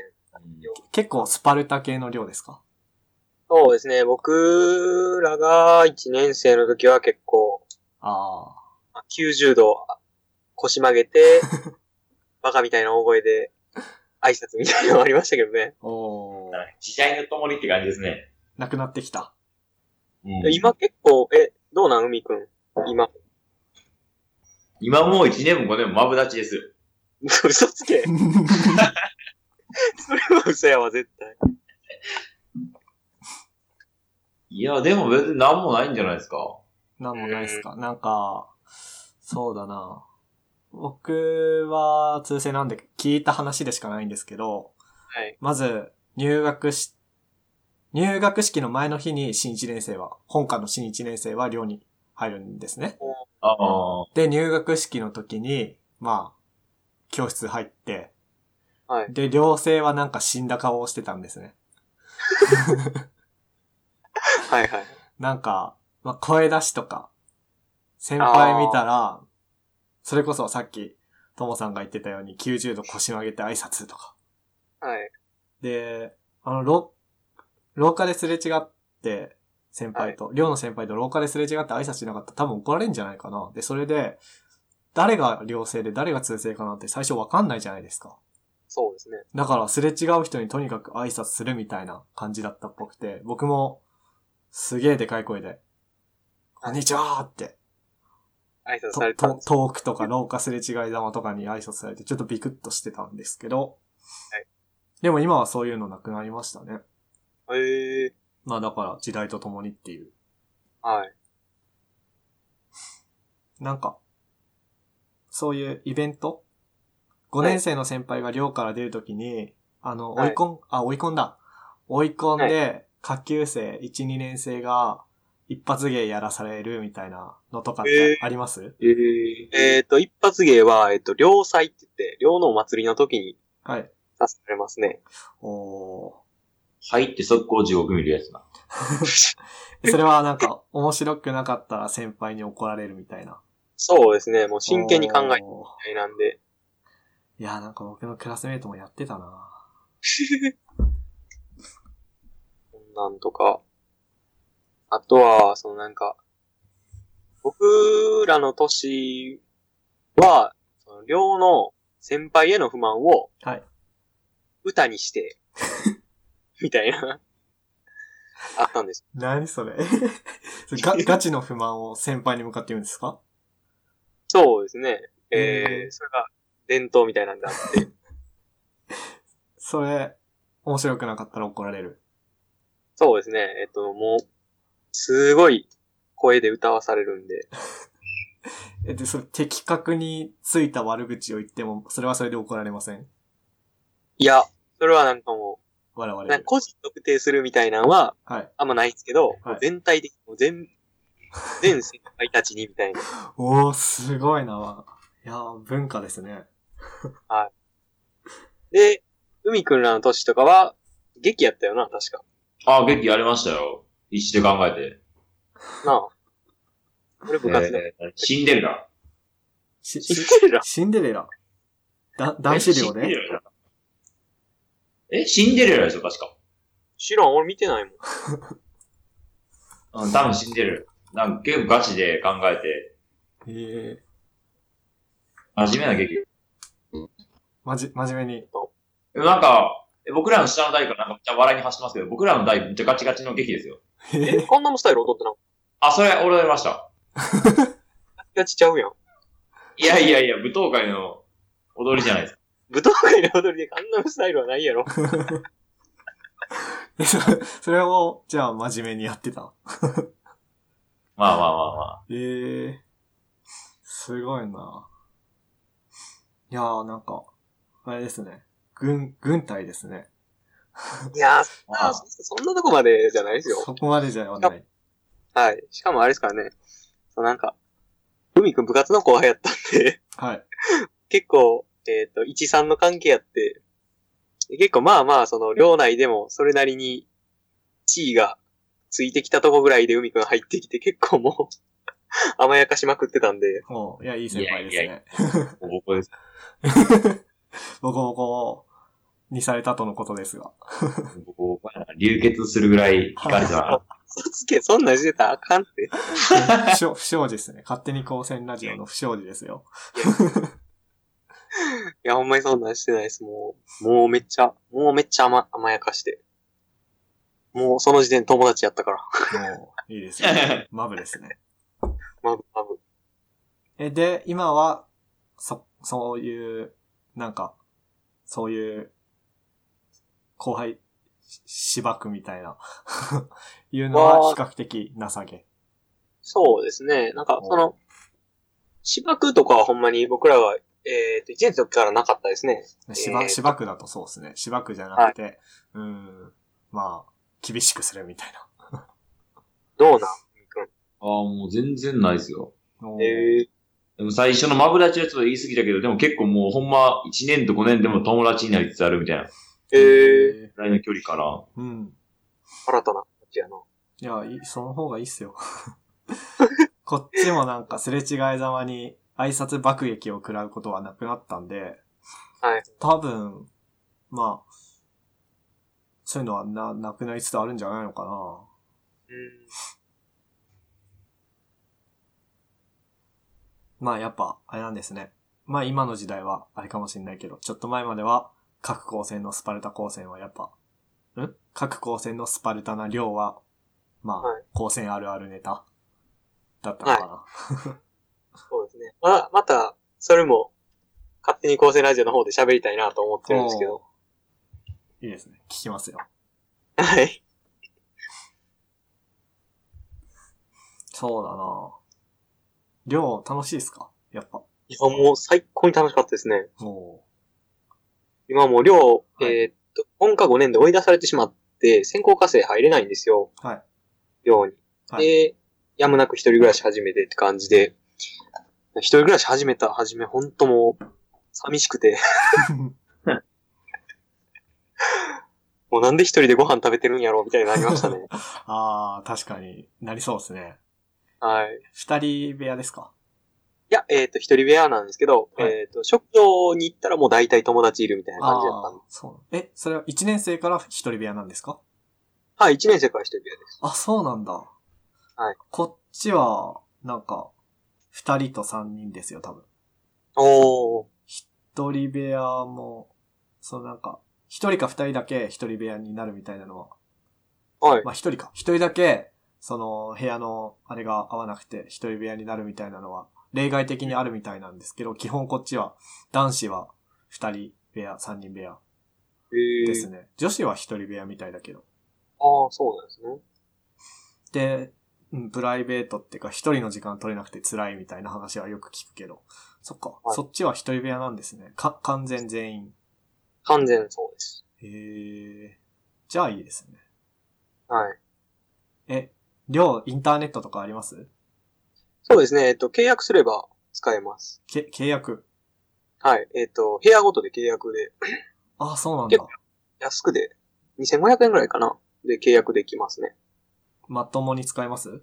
結構スパルタ系の量ですか
そうですね。僕らが1年生の時は結構、
あ
90度腰曲げて、バカみたいな大声で挨拶みたいなのありましたけどね。
あ。おー
時代のともにって感じですね。
なくなってき <laughs> た。
うん
今結構、え、どうなん海くん。今。
今もう1年も5年もマブダチですよ。
嘘つけ。それは嘘やわ、絶対。
いや、でも別に何もないんじゃないですか。
なんもないっすか。なんか、そうだな。僕は通世なんで聞いた話でしかないんですけど、
はい。
まず入学し、入学式の前の日に新一年生は、本科の新一年生は寮に入るんですね。
ああ。
で、入学式の時に、まあ、教室入って、
はい。
で、寮生はなんか死んだ顔をしてたんですね。
はいはい。
なんか、まあ、声出しとか、先輩見たら、それこそさっき、ともさんが言ってたように90度腰曲げて挨拶とか。
はい。
で、あの、廊、廊下ですれ違って、先輩と、寮の先輩と廊下ですれ違って挨拶しなかったら多分怒られるんじゃないかな。で、それで、誰が寮生で誰が通生かなって最初わかんないじゃないですか。
そうですね。
だから、すれ違う人にとにかく挨拶するみたいな感じだったっぽくて、僕も、すげえでかい声で、こんにちはーって、
挨拶
と
されたん
と
ですよ。
トークとか廊下すれ違い玉とかに挨拶されて、ちょっとビクッとしてたんですけど、
はい
でも今はそういうのなくなりましたね。
へえ
まあだから、時代とともにっていう。
はい。
なんか、そういうイベント ?5 年生の先輩が寮から出るときに、あの、追
はい
い込ん、あ、追い込んだ。追い込んで、下級生、1、2年生が、一発芸やらされるみたいなのとかってあります、
ええ
えっ、と、一発芸は、えっ、と、両祭って言って、両のお祭りの時に
はい。
出されますね。
お
入って速攻地獄見るやつな。
ーそれはなんか、面白くなかったら先輩に怒られるみたいな。
そうですね。もう真剣に考えてみ
おー
たいなんで。
いやーなんか僕のクラスメイトもやってたな
<laughs> こんなんとか。あとは、そのなんか、僕らの年は、その寮の先輩への不満を
はい。
歌にして、 <laughs> みたいな、あったんです。
何それ <laughs> そ
<laughs>
れガガチの不満を先輩に向かって言うんですか
そうですね。えー
う
それが伝統みたいなんだって。
それ、面白くなかったら怒られる。
そうですね。えっと、もう、すごい声で歌わされるんで。
え、で、それ、的確についた悪口を言っても、それはそれで怒られません
いや、それはなんかも
笑わ
う、
れ
なんか
る。
個人特定するみたいなのは
はい。
あんまないんですけど、
はい
もう全体的に、もう全、全先輩たちにみたいな。
おー、すごいな。いやー文化ですね。
で、海くんらの年とかは、劇やったよな、確か。
あ、劇やりましたよ。必死で考えて。
なあ。これ部活だ。
えーシンデレラ。
し、
知
し
ってるな。
シンデレラ。だ、男子寮
えシンデ
で
レラえ、シンデレラでしょ、確か。
知らん、俺見
<laughs>
てないもん。
うん、多分シンデレラ。なんか結構ガチで考えて、
えー、
真面目な劇。
まじ、真面目に。
でもなんか、え僕らの下の代からなんかめっちゃ笑いに走ってますけど、僕らの代めっちゃガチガチの劇ですよ。
え
え、こんなもスタイル踊ってなかっ
あ、それ、俺やりました。
た。ガチちゃうやん。
いやいやいや、舞踏会の踊りじゃないですか。
舞踏会の踊りであんなスタイルはな
<laughs>
いやろ。
え <laughs> それそれを、じゃあ真面目にやってた。
まあまあまあまあ。
えー、すごいな。いやー、なんか、あれですね。軍、軍隊ですね。
いやー、そん
ま
な
あ
そんなとこまでじゃないですよ。
そこまでじゃない。
はい。しかもあれですからね、そうなんか、海くん部活の後輩やったんで、
はい。
結構、えっ、と、一三の関係やって、で結構まあまあ、その、寮内でもそれなりに、地位がついてきたとこぐらいで海くん入ってきて、結構もう、 <laughs> 甘やかしまくってたんで、
もう、いや、いい先輩です
いや
ね。
ボコボコです。
ボコボコにされたとのことですが。
ボコボコやな流血するぐらい惹かれた <laughs> な。
嘘つけ、そんなんしてたらあかんって。
不祥、不祥事ですね。勝手に光線ラジオの不祥事ですよ。
いや、ほんまにそんなんしてないです。もう、もうめっちゃ、もうめっちゃ甘甘やかして。もうその時点で友達やったから。
もう、いいです
<laughs>
ね。マブですね。
まぶまぶ。
え、で、今は、そ、そういう、なんか、そういう、後輩、ししばくみたいな、 <laughs> いうのは比較的情け。
そうですね。なんか
お、
その、芝生とかはほんまに僕らは、えっ、と、1年の時からなかったですね。
し
え
ば、
ー
しばくだとそうですね。しばくじゃなくて、うーん、まあ、厳しくするみたい
どうなんみくん
ああ、もう全然ないですよ。
な。おー
えー
でも最初のマブダチはちょっと言い過ぎたけど、でも結構もうほんま1年と5年でも友達になりつつあるみたいなぐ
えー、
え
らいの距離かな。
ーうん。
新たな感じやな。
いや、いいその方がいいっすよ。 <laughs> こっちもなんかすれ違いざまに挨拶爆撃を食らうことはなくなったんで、
はい。
多分、まあ、そういうのはな、なくなりつつあるんじゃないのかな。
うん。
まあやっぱ、あれなんですね。まあ今の時代はあれかもしれないけど、ちょっと前までは、各高専のスパルタ高専はやっぱ、ん各高専のスパルタな量は、まあ
はい、
高専あるあるネタだったのかな。
そうですね。まあ、また、それも、勝手に構成ラジオの方で喋りたいなと思ってるんですけど。
いいですね。聞きますよ。
<laughs> はい。
そうだな量楽しいっすかやっぱ。
いや、もう最高に楽しかったですね。
も
今もう寮、
はい
えーっと、本科5年で追い出されてしまって、専攻科生入れないんですよ。
はい。 <laughs>
寮に。
はい
で、やむなく一人暮らし始めてって感じで、一人暮らし始めた、始め、ほんともう、寂しくて、
う。
<laughs> もうなんで一人でご飯食べてるんやろうみたいになりま <laughs> したね。
ああ、確かになりそうですね。
はい。い
二人部屋ですか
や、えーっと、一人部屋なんですけど、
はい
えーっと、食堂に行ったらもう大体友達いるみたいな
あ
感じだった
あ
んで
ー、そう。え、それは一年生から一人部屋なんですか
はい、1年生から一人部屋です。
あ、そうなんだ。
はい。
こっちは、なんか、二人と三人ですよ、多分。
おー。
一一人部屋も、そのなんか、一人か二人だけ一人部屋になるみたいなのは、
はい。
まあ一人か、一人だけ、その部屋のあれが合わなくて一人部屋になるみたいなのは、例外的にあるみたいなんですけど、基本こっちは、男子は二人部屋、三人部屋
え
です
ー、
ね。女子は一人部屋みたいだけど。
ああ、そうなんですね。
で、うんプライベートっていうか一人の時間取れなくて辛いみたいな話はよく聞くけど、そっか、
はい
そっちは一人部屋なんですね。か、完全全員。
完全そうです。
へえ。じゃあいいですね。
はい。
え、寮、インターネットとかあります
そうですね。えっと、契約すれば使えます。
け、契約。
はい。えっと、部屋ごとで契約で、
ああ、そうなんだ。
安くで、2500円ぐらいかな。で、契約できますね。
まともに使えます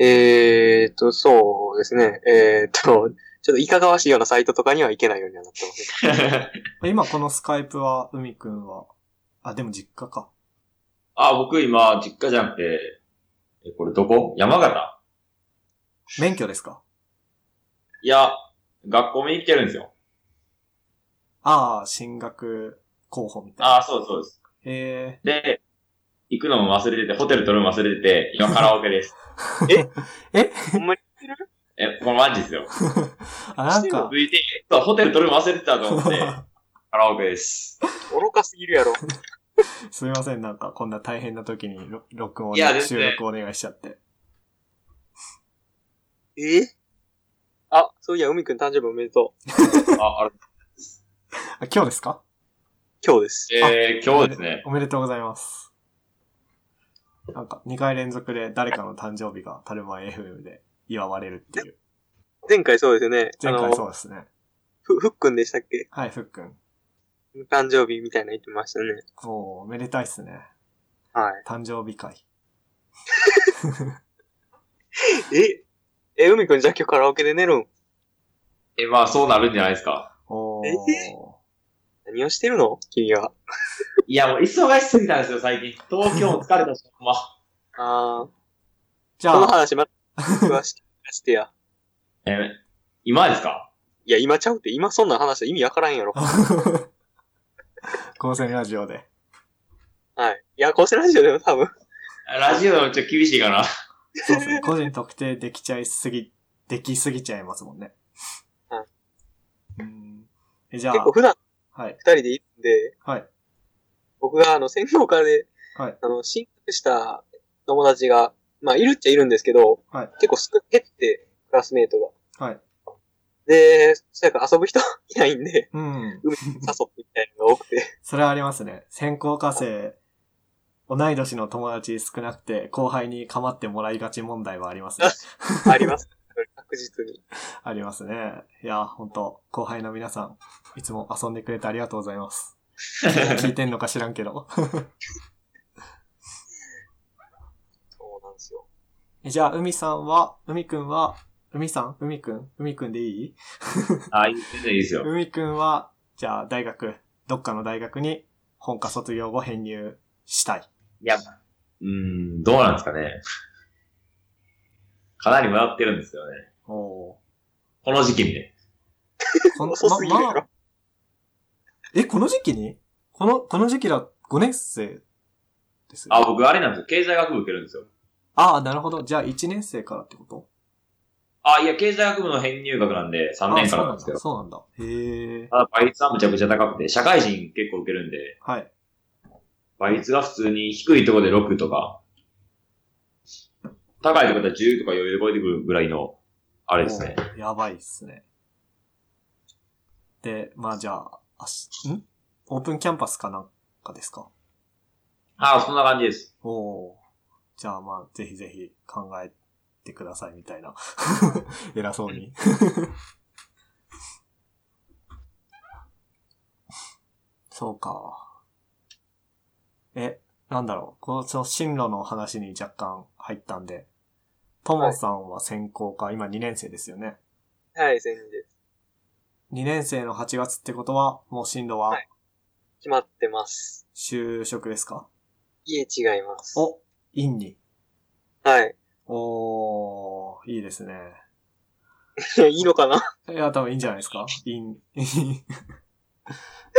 えーっと、そうですね。えーっと、ちょっといかがわしいようなサイトとかには行けないようにはなってますね。
今このスカイプは、海くんは、あ、でも実家か。
<laughs> あ、僕今、実家じゃなくて、え、これどこ山形
免許ですか
いや、学校見に来てるんですよ。
ああ、進学候補みたいな。
ああ、そうです、そうです。
へ
で、行くのも忘れてて、ホテル取るのも忘れてて、今カラオケ
<laughs>
です。
ほんまに
え、これマジです
え。
よ。
あ、なんか、
続いて、そう、ホテル取るの忘れてたと思
<laughs>
って、カラオケです。
愚かすぎるやろ。
すみません、なんかこんな大変な時にろ録音
いや全然
収録お願いしちゃって。
えーあ、そういや、海くん誕生日おめでとう。
あ、あれ、
あ今日ですか
今日です。
えー、今日ですね。
おめでとうございます。なんか、2回連続で誰かの誕生日がタルマ FM で祝われるっていう。
前回そうですよね。
前
あ
回
の
そうですね。
ふ、ふっくんでしたっけ
はい、ふっくん。
誕生日みたいなの言ってましたね。
そう、めでたいっすね。
は
誕生日会。
い。ええ、海くんじゃあ今日カラオケで寝るん
え、まあ、そうなるんじゃないですか。
おー。
え何をしてるの君は。
いや、もう忙しすぎたんですよ、最近。東京も疲れたし、ほんま。
あ
じ
あ、
ゃ
その
あ、
話また詳しく聞かせてや。
<laughs> え今ですか
いや、今ちゃうって、今そんな話意味わからんやろ。
<laughs> 高専ラジオで。
はい。いや、こうしてラジオでも多分。
ラジオでもちょっと厳しいかな。
そう <laughs> ですね。個人特定できちゃいすぎ、できすぎちゃいますもんね。
は
うん。えじゃ
結構
あ、
普段
はい、
二人でいるんで、
はい、
僕があの、専業家で、
はい、
あの、進学した友達が、まあ、いるっちゃいるんですけど、
はい
結構すぐ減って、クラスメイトが。
はい。
で、そうやから遊ぶ人 <laughs> いないんで、
うん。
海に誘ってみたいなのが多く <laughs> て。
それはありますね。先行課生、同い年の友達少なくて、後輩に構ってもらいがち問題はありますね。
あります。確実に。
ありますね。いや、本当後輩の皆さん、いつも遊んでくれてありがとうござい
<laughs>
ます。聞いてんのか知らんけど。 <laughs>
そうなんですよ。
えじゃあ、海さんは、海くんは、海さん海くん海くんでいい
<laughs> あ、いい全然いいですよ。
海くんは、じゃあ、大学、どっかの大学に、本科卒業後編入したい。
いや、うーん、どうなんですかね。かなり迷ってるんですけどね。
おお
この時期にね。
ー。こ
遅すぎるや
ま
ろ。
まえ、この時期にこの、この時期だ、5年生ですよ
あ、僕あれなんですよ。経済学部受けるんですよ。
ああ、なるほど。じゃあ、1年生からってこと
あ、いや、経済学部の編入学なんで3年からなんですけ
あ
ど。
そうなんだ。そうなんだ。へえ。
ただ、倍率はむちゃくちゃ高くて、社会人結構受けるんで、
はい。
倍率が普通に低いところで6とか、高いところで10とか余裕で超えてくるぐらいの、あれですね。
おーやばいっすね。で、まあじゃあ、あし、んオープンキャンパスかなんかですか
あ、そんな感じです。
おおー。じゃあまあ、ぜひぜひ考えてくださいみたいな。 <laughs> 偉そうに。 <laughs> そうか。え、なんだろう。このその進路の話に若干入ったんで。ともさんは専攻か、今2年生ですよね。
はい、全然です。
2年生の8月ってことは、もう進路は
はい決まってます。
就職ですか、
いえ、違います。
お、院に。
はい。
おー、いいですね。
<laughs> いいのかない
や、多分いいんじゃないですかいい、 <laughs>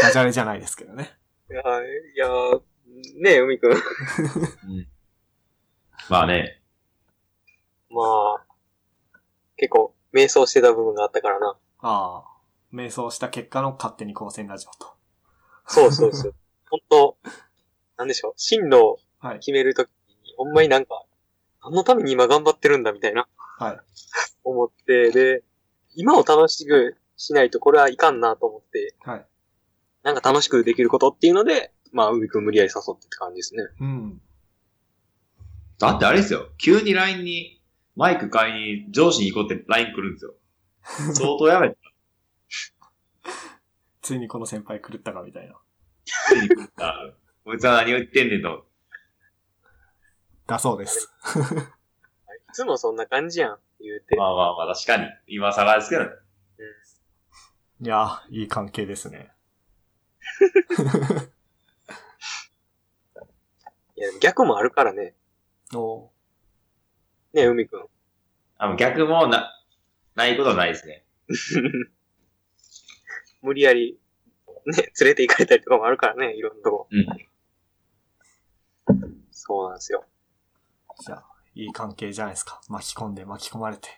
ダジャレじゃないですけどね。
いや、いやねえ、海くん。
まあね、
まあ、結構、迷走してた部分があったからな。
ああ、瞑想した結果の勝手に光線ラジオと。
そうそう <laughs> そう。ほんと、なんでしょう、進路を
はい。
決めるときに、ほんまになんか、何のために今頑張ってるんだみたいな、
はい。
<laughs> 思って、で、今を楽しくしないとこれはいかんなと思って、
はい。
なんか楽しくできることっていうので、まあ、海くん無理やり誘ってって感じですね。
うん。
だってあれですよ、急に LINE に、マイク買いに上司に行こうって LINE 来るんですよ。相当やめて、
ついにこの先輩狂ったかみたいな。
ついに来た。 <laughs> こいつは何を言ってんねんと。
だそうです。
いつもそんな感じやん、言うて。
まあまあまあ、確かに。今更ですけどね。
いや、いい関係です <laughs> ね。
いや、逆もあるからね。
お
ねえ、海くん。
あの逆もな、ないことはないです <laughs> ね。
無理やり、ね、連れて行かれたりとかもあるからね、いろんなとこ。
うん
そうなんですよ。
じゃあ、いい関係じゃないですか。巻き込んで巻き込まれて。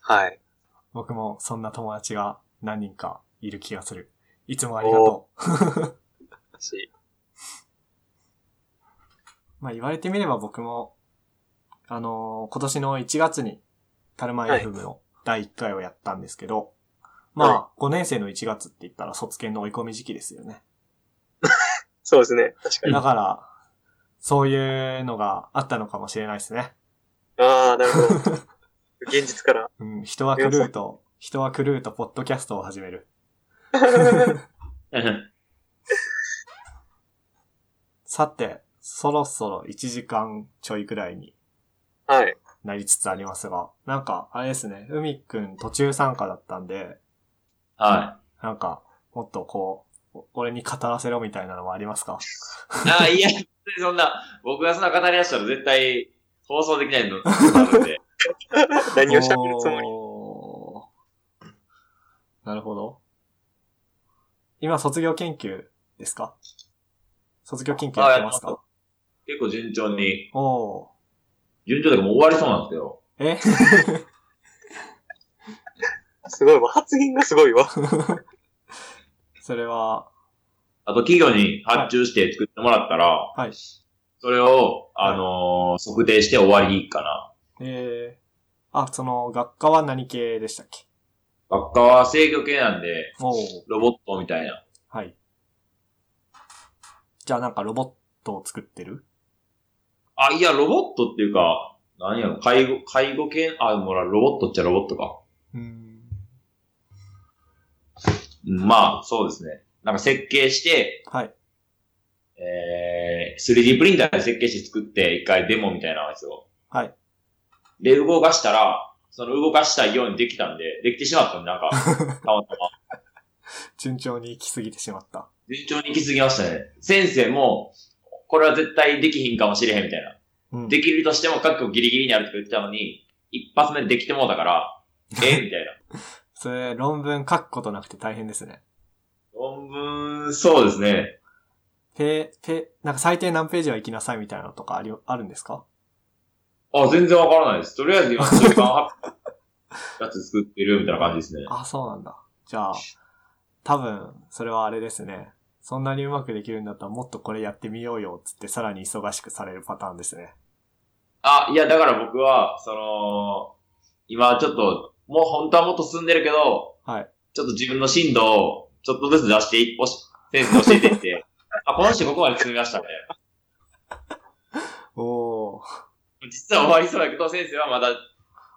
はい。
僕もそんな友達が何人かいる気がする。いつもありがとう。
し、
まあ言われてみれば僕も、あのー今年の1月に、タルマ
はい
FM の第1回をやったんですけど、
は
まあ、5年生の1月って言ったら卒検の追い込み時期ですよね。
そうですね。確かに。
だから、そういうのがあったのかもしれないですね。
ああ、なるほど。 <laughs> 現実から。 <laughs>
うん、人は狂うと、人は狂うと、ポッドキャストを始める。さて、そろそろ1時間ちょいくらいに
はい。
なりつつありますが、なんか、あれですね、海くん途中参加だったんで、
は
なんか、もっとこう、お俺に語らせろみたいなのもありますか
い。ああ、いや、そんな、僕がそんな語り出したら絶対放送できない <laughs> の、あるんで。
何を喋るつもり
おーなるほど。今、卒業研究ですか卒業研究やってます
あや
か
結構順調に、
おー。
順調でもう終わりそうなんですよ。
え <laughs>
すごいわ。発言がすごいわ。
それは、
あと企業に発注して作ってもらったら、
はい。
それを、あのー測定して終わりかな。
えー、あ、その、学科は何系でしたっけ
学科は制御系なんで、
おー。
ロボットみたいな。
はい。じゃあなんかロボットを作ってる
あ、いや、ロボットっていうか、何やろ、介護、介護系、あ、もらロボットっちゃロボットか。
うん。
うんまあ、そうですね。なんか設計して、
はい。
えー、3D プリンターで設計して作って、一回デモみたいなやつを。
はい。
で、動かしたら、その動かしたいようにできたんで、できてしまったんで、
<laughs>
なんか、たまたま。
順調に行き過ぎてしまった。
順調に行き過ぎましたね。先生も、これは絶対できひんかもしれへんみたいな。
うん。
できるとしても覚悟ギリギリになるとか言ってたのに、一発目でできてもうたから、えみた
<laughs>
いな。
それ、論文書くことなくて大変ですね。
論文、そうですね。
ペ、ペ、なんか最低何ページは行きなさいみたいなのとかあり、あるんですか
あ、全然わからないです。とりあえず今、中間発表 <laughs> やつ作ってるみたいな感じですね。
あ、そうなんだ。じゃあ、多分、それはあれですね。そんなにうまくできるんだったらもっとこれやってみようよ、つってさらに忙しくされるパターンですね。
あ、いや、だから僕は、その、今ちょっと、もう本当はもっと進んでるけど、
はい。
ちょっと自分の進路を、ちょっとずつ出してい、おし先生に教えてい
<laughs>
って、あ、この人ここまで進みましたね。
おー。 <laughs>
実は終わりそうだけど、先生はまだ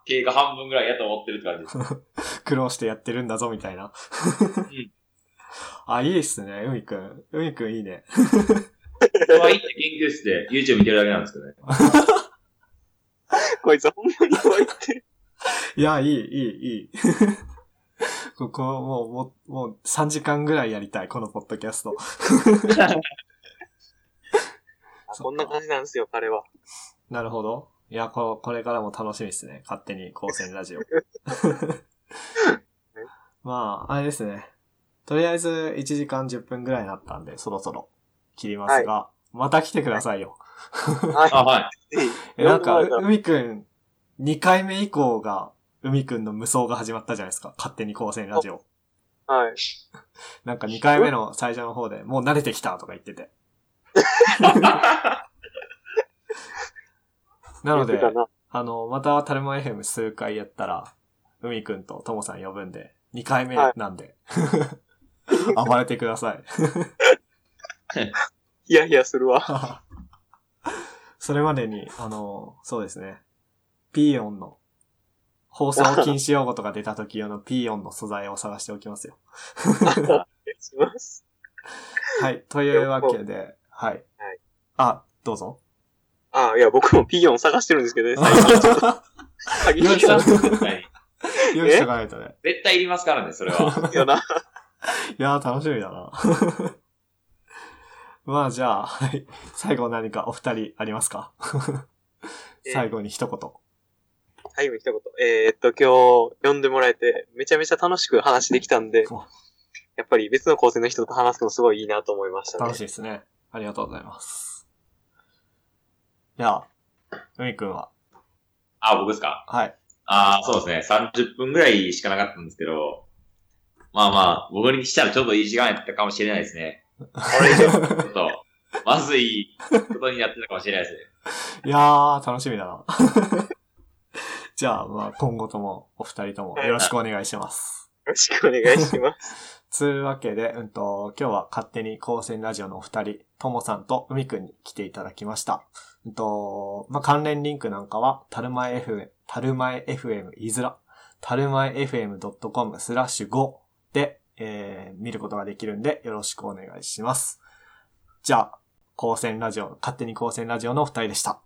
経過半分ぐらいやと思ってるって感じ
<laughs>
です。
苦労してやってるんだぞ、みたいな。
ん
<laughs> あ、いいっすね、海くん。海くんいいね。
僕は行って研究室で YouTube 見てるだけなんです
<laughs>
けどね。
<laughs> こいつほんまに怖いってる。
いや、いい、いい、いい。 <laughs> ここ、もう、もう、もう3時間ぐらいやりたい、このポッドキャスト。
あこんな感じなんですよ、彼は。
なるほど。いや、こ、これからも楽しみですね。勝手に高専ラジオ。 <laughs> まあ、あれですね。とりあえず1時間10分ぐらいになったんで、そろそろ切りますが、また来てくださいよ。
は
あ、はい。
い。ぜ
え、なんか、
呼んでもら
海くん、2回目以降が、海くんの無双が始まったじゃないですか。勝手に構成ラジオ。
ひはい。
なんか2回目の最初の方で、もう慣れてきたとか言ってて。なので
言って、たな
あの、また、タルマ FM 数回やったら、海くんとともさん呼ぶんで、2回目なんで、 <laughs> 暴れてください。 <laughs>
ヒヤヒヤするわ。
それまでに、あの、そうですね。ピーヨンの、放送禁止用語とか出た時用のピーヨンの素材を探しておきますよ。
お願いします。
はい。というわけで、はい。あ、どうぞ。
ああ、いや、僕もピギョン探してるんですけどね、最近ちょっと。鍵
よ
が
い
<laughs>
しょ
絶対
<laughs> 用意しとかないとね。
絶対いりますからね、それは。
よ <laughs> な。
いやー、楽しみだな。 <laughs> まあ、じゃあ、はい。最後何かお二人ありますか
えー
最後に一言。
最後に一言。えーっと、今日、呼んでもらえて、めちゃめちゃ楽しく話できたんで
お、
やっぱり別の構成の人と話すのすごいいいなと思いましたね
楽し。いですね。ありがとうございます。じゃあ、海くんは。
あ、僕ですか
はい。
ああ、そうですね。30分ぐらいしかなかったんですけど、まあまあ、僕にしたらちょっといい時間やったかもしれないですね。これ以上、ちょっと、まずいことになってたかもしれないです
い
ね。
やー、楽しみだな。 <laughs> じゃあ、まあ、今後ともお二人ともよろしくお願いします。
よろしくお願いします。
つうわけで、うんと、今日は勝手に高専ラジオのお二人、ともさんと海くんに来ていただきました。うんと、まあ、関連リンクなんかは、たるまえ FM、たるまえ FM いずら、たるまえ FM.com スラッシュ5で、えー見ることができるんで、よろしくお願いします。じゃあ、高専ラジオ、勝手に高専ラジオのお二人でした。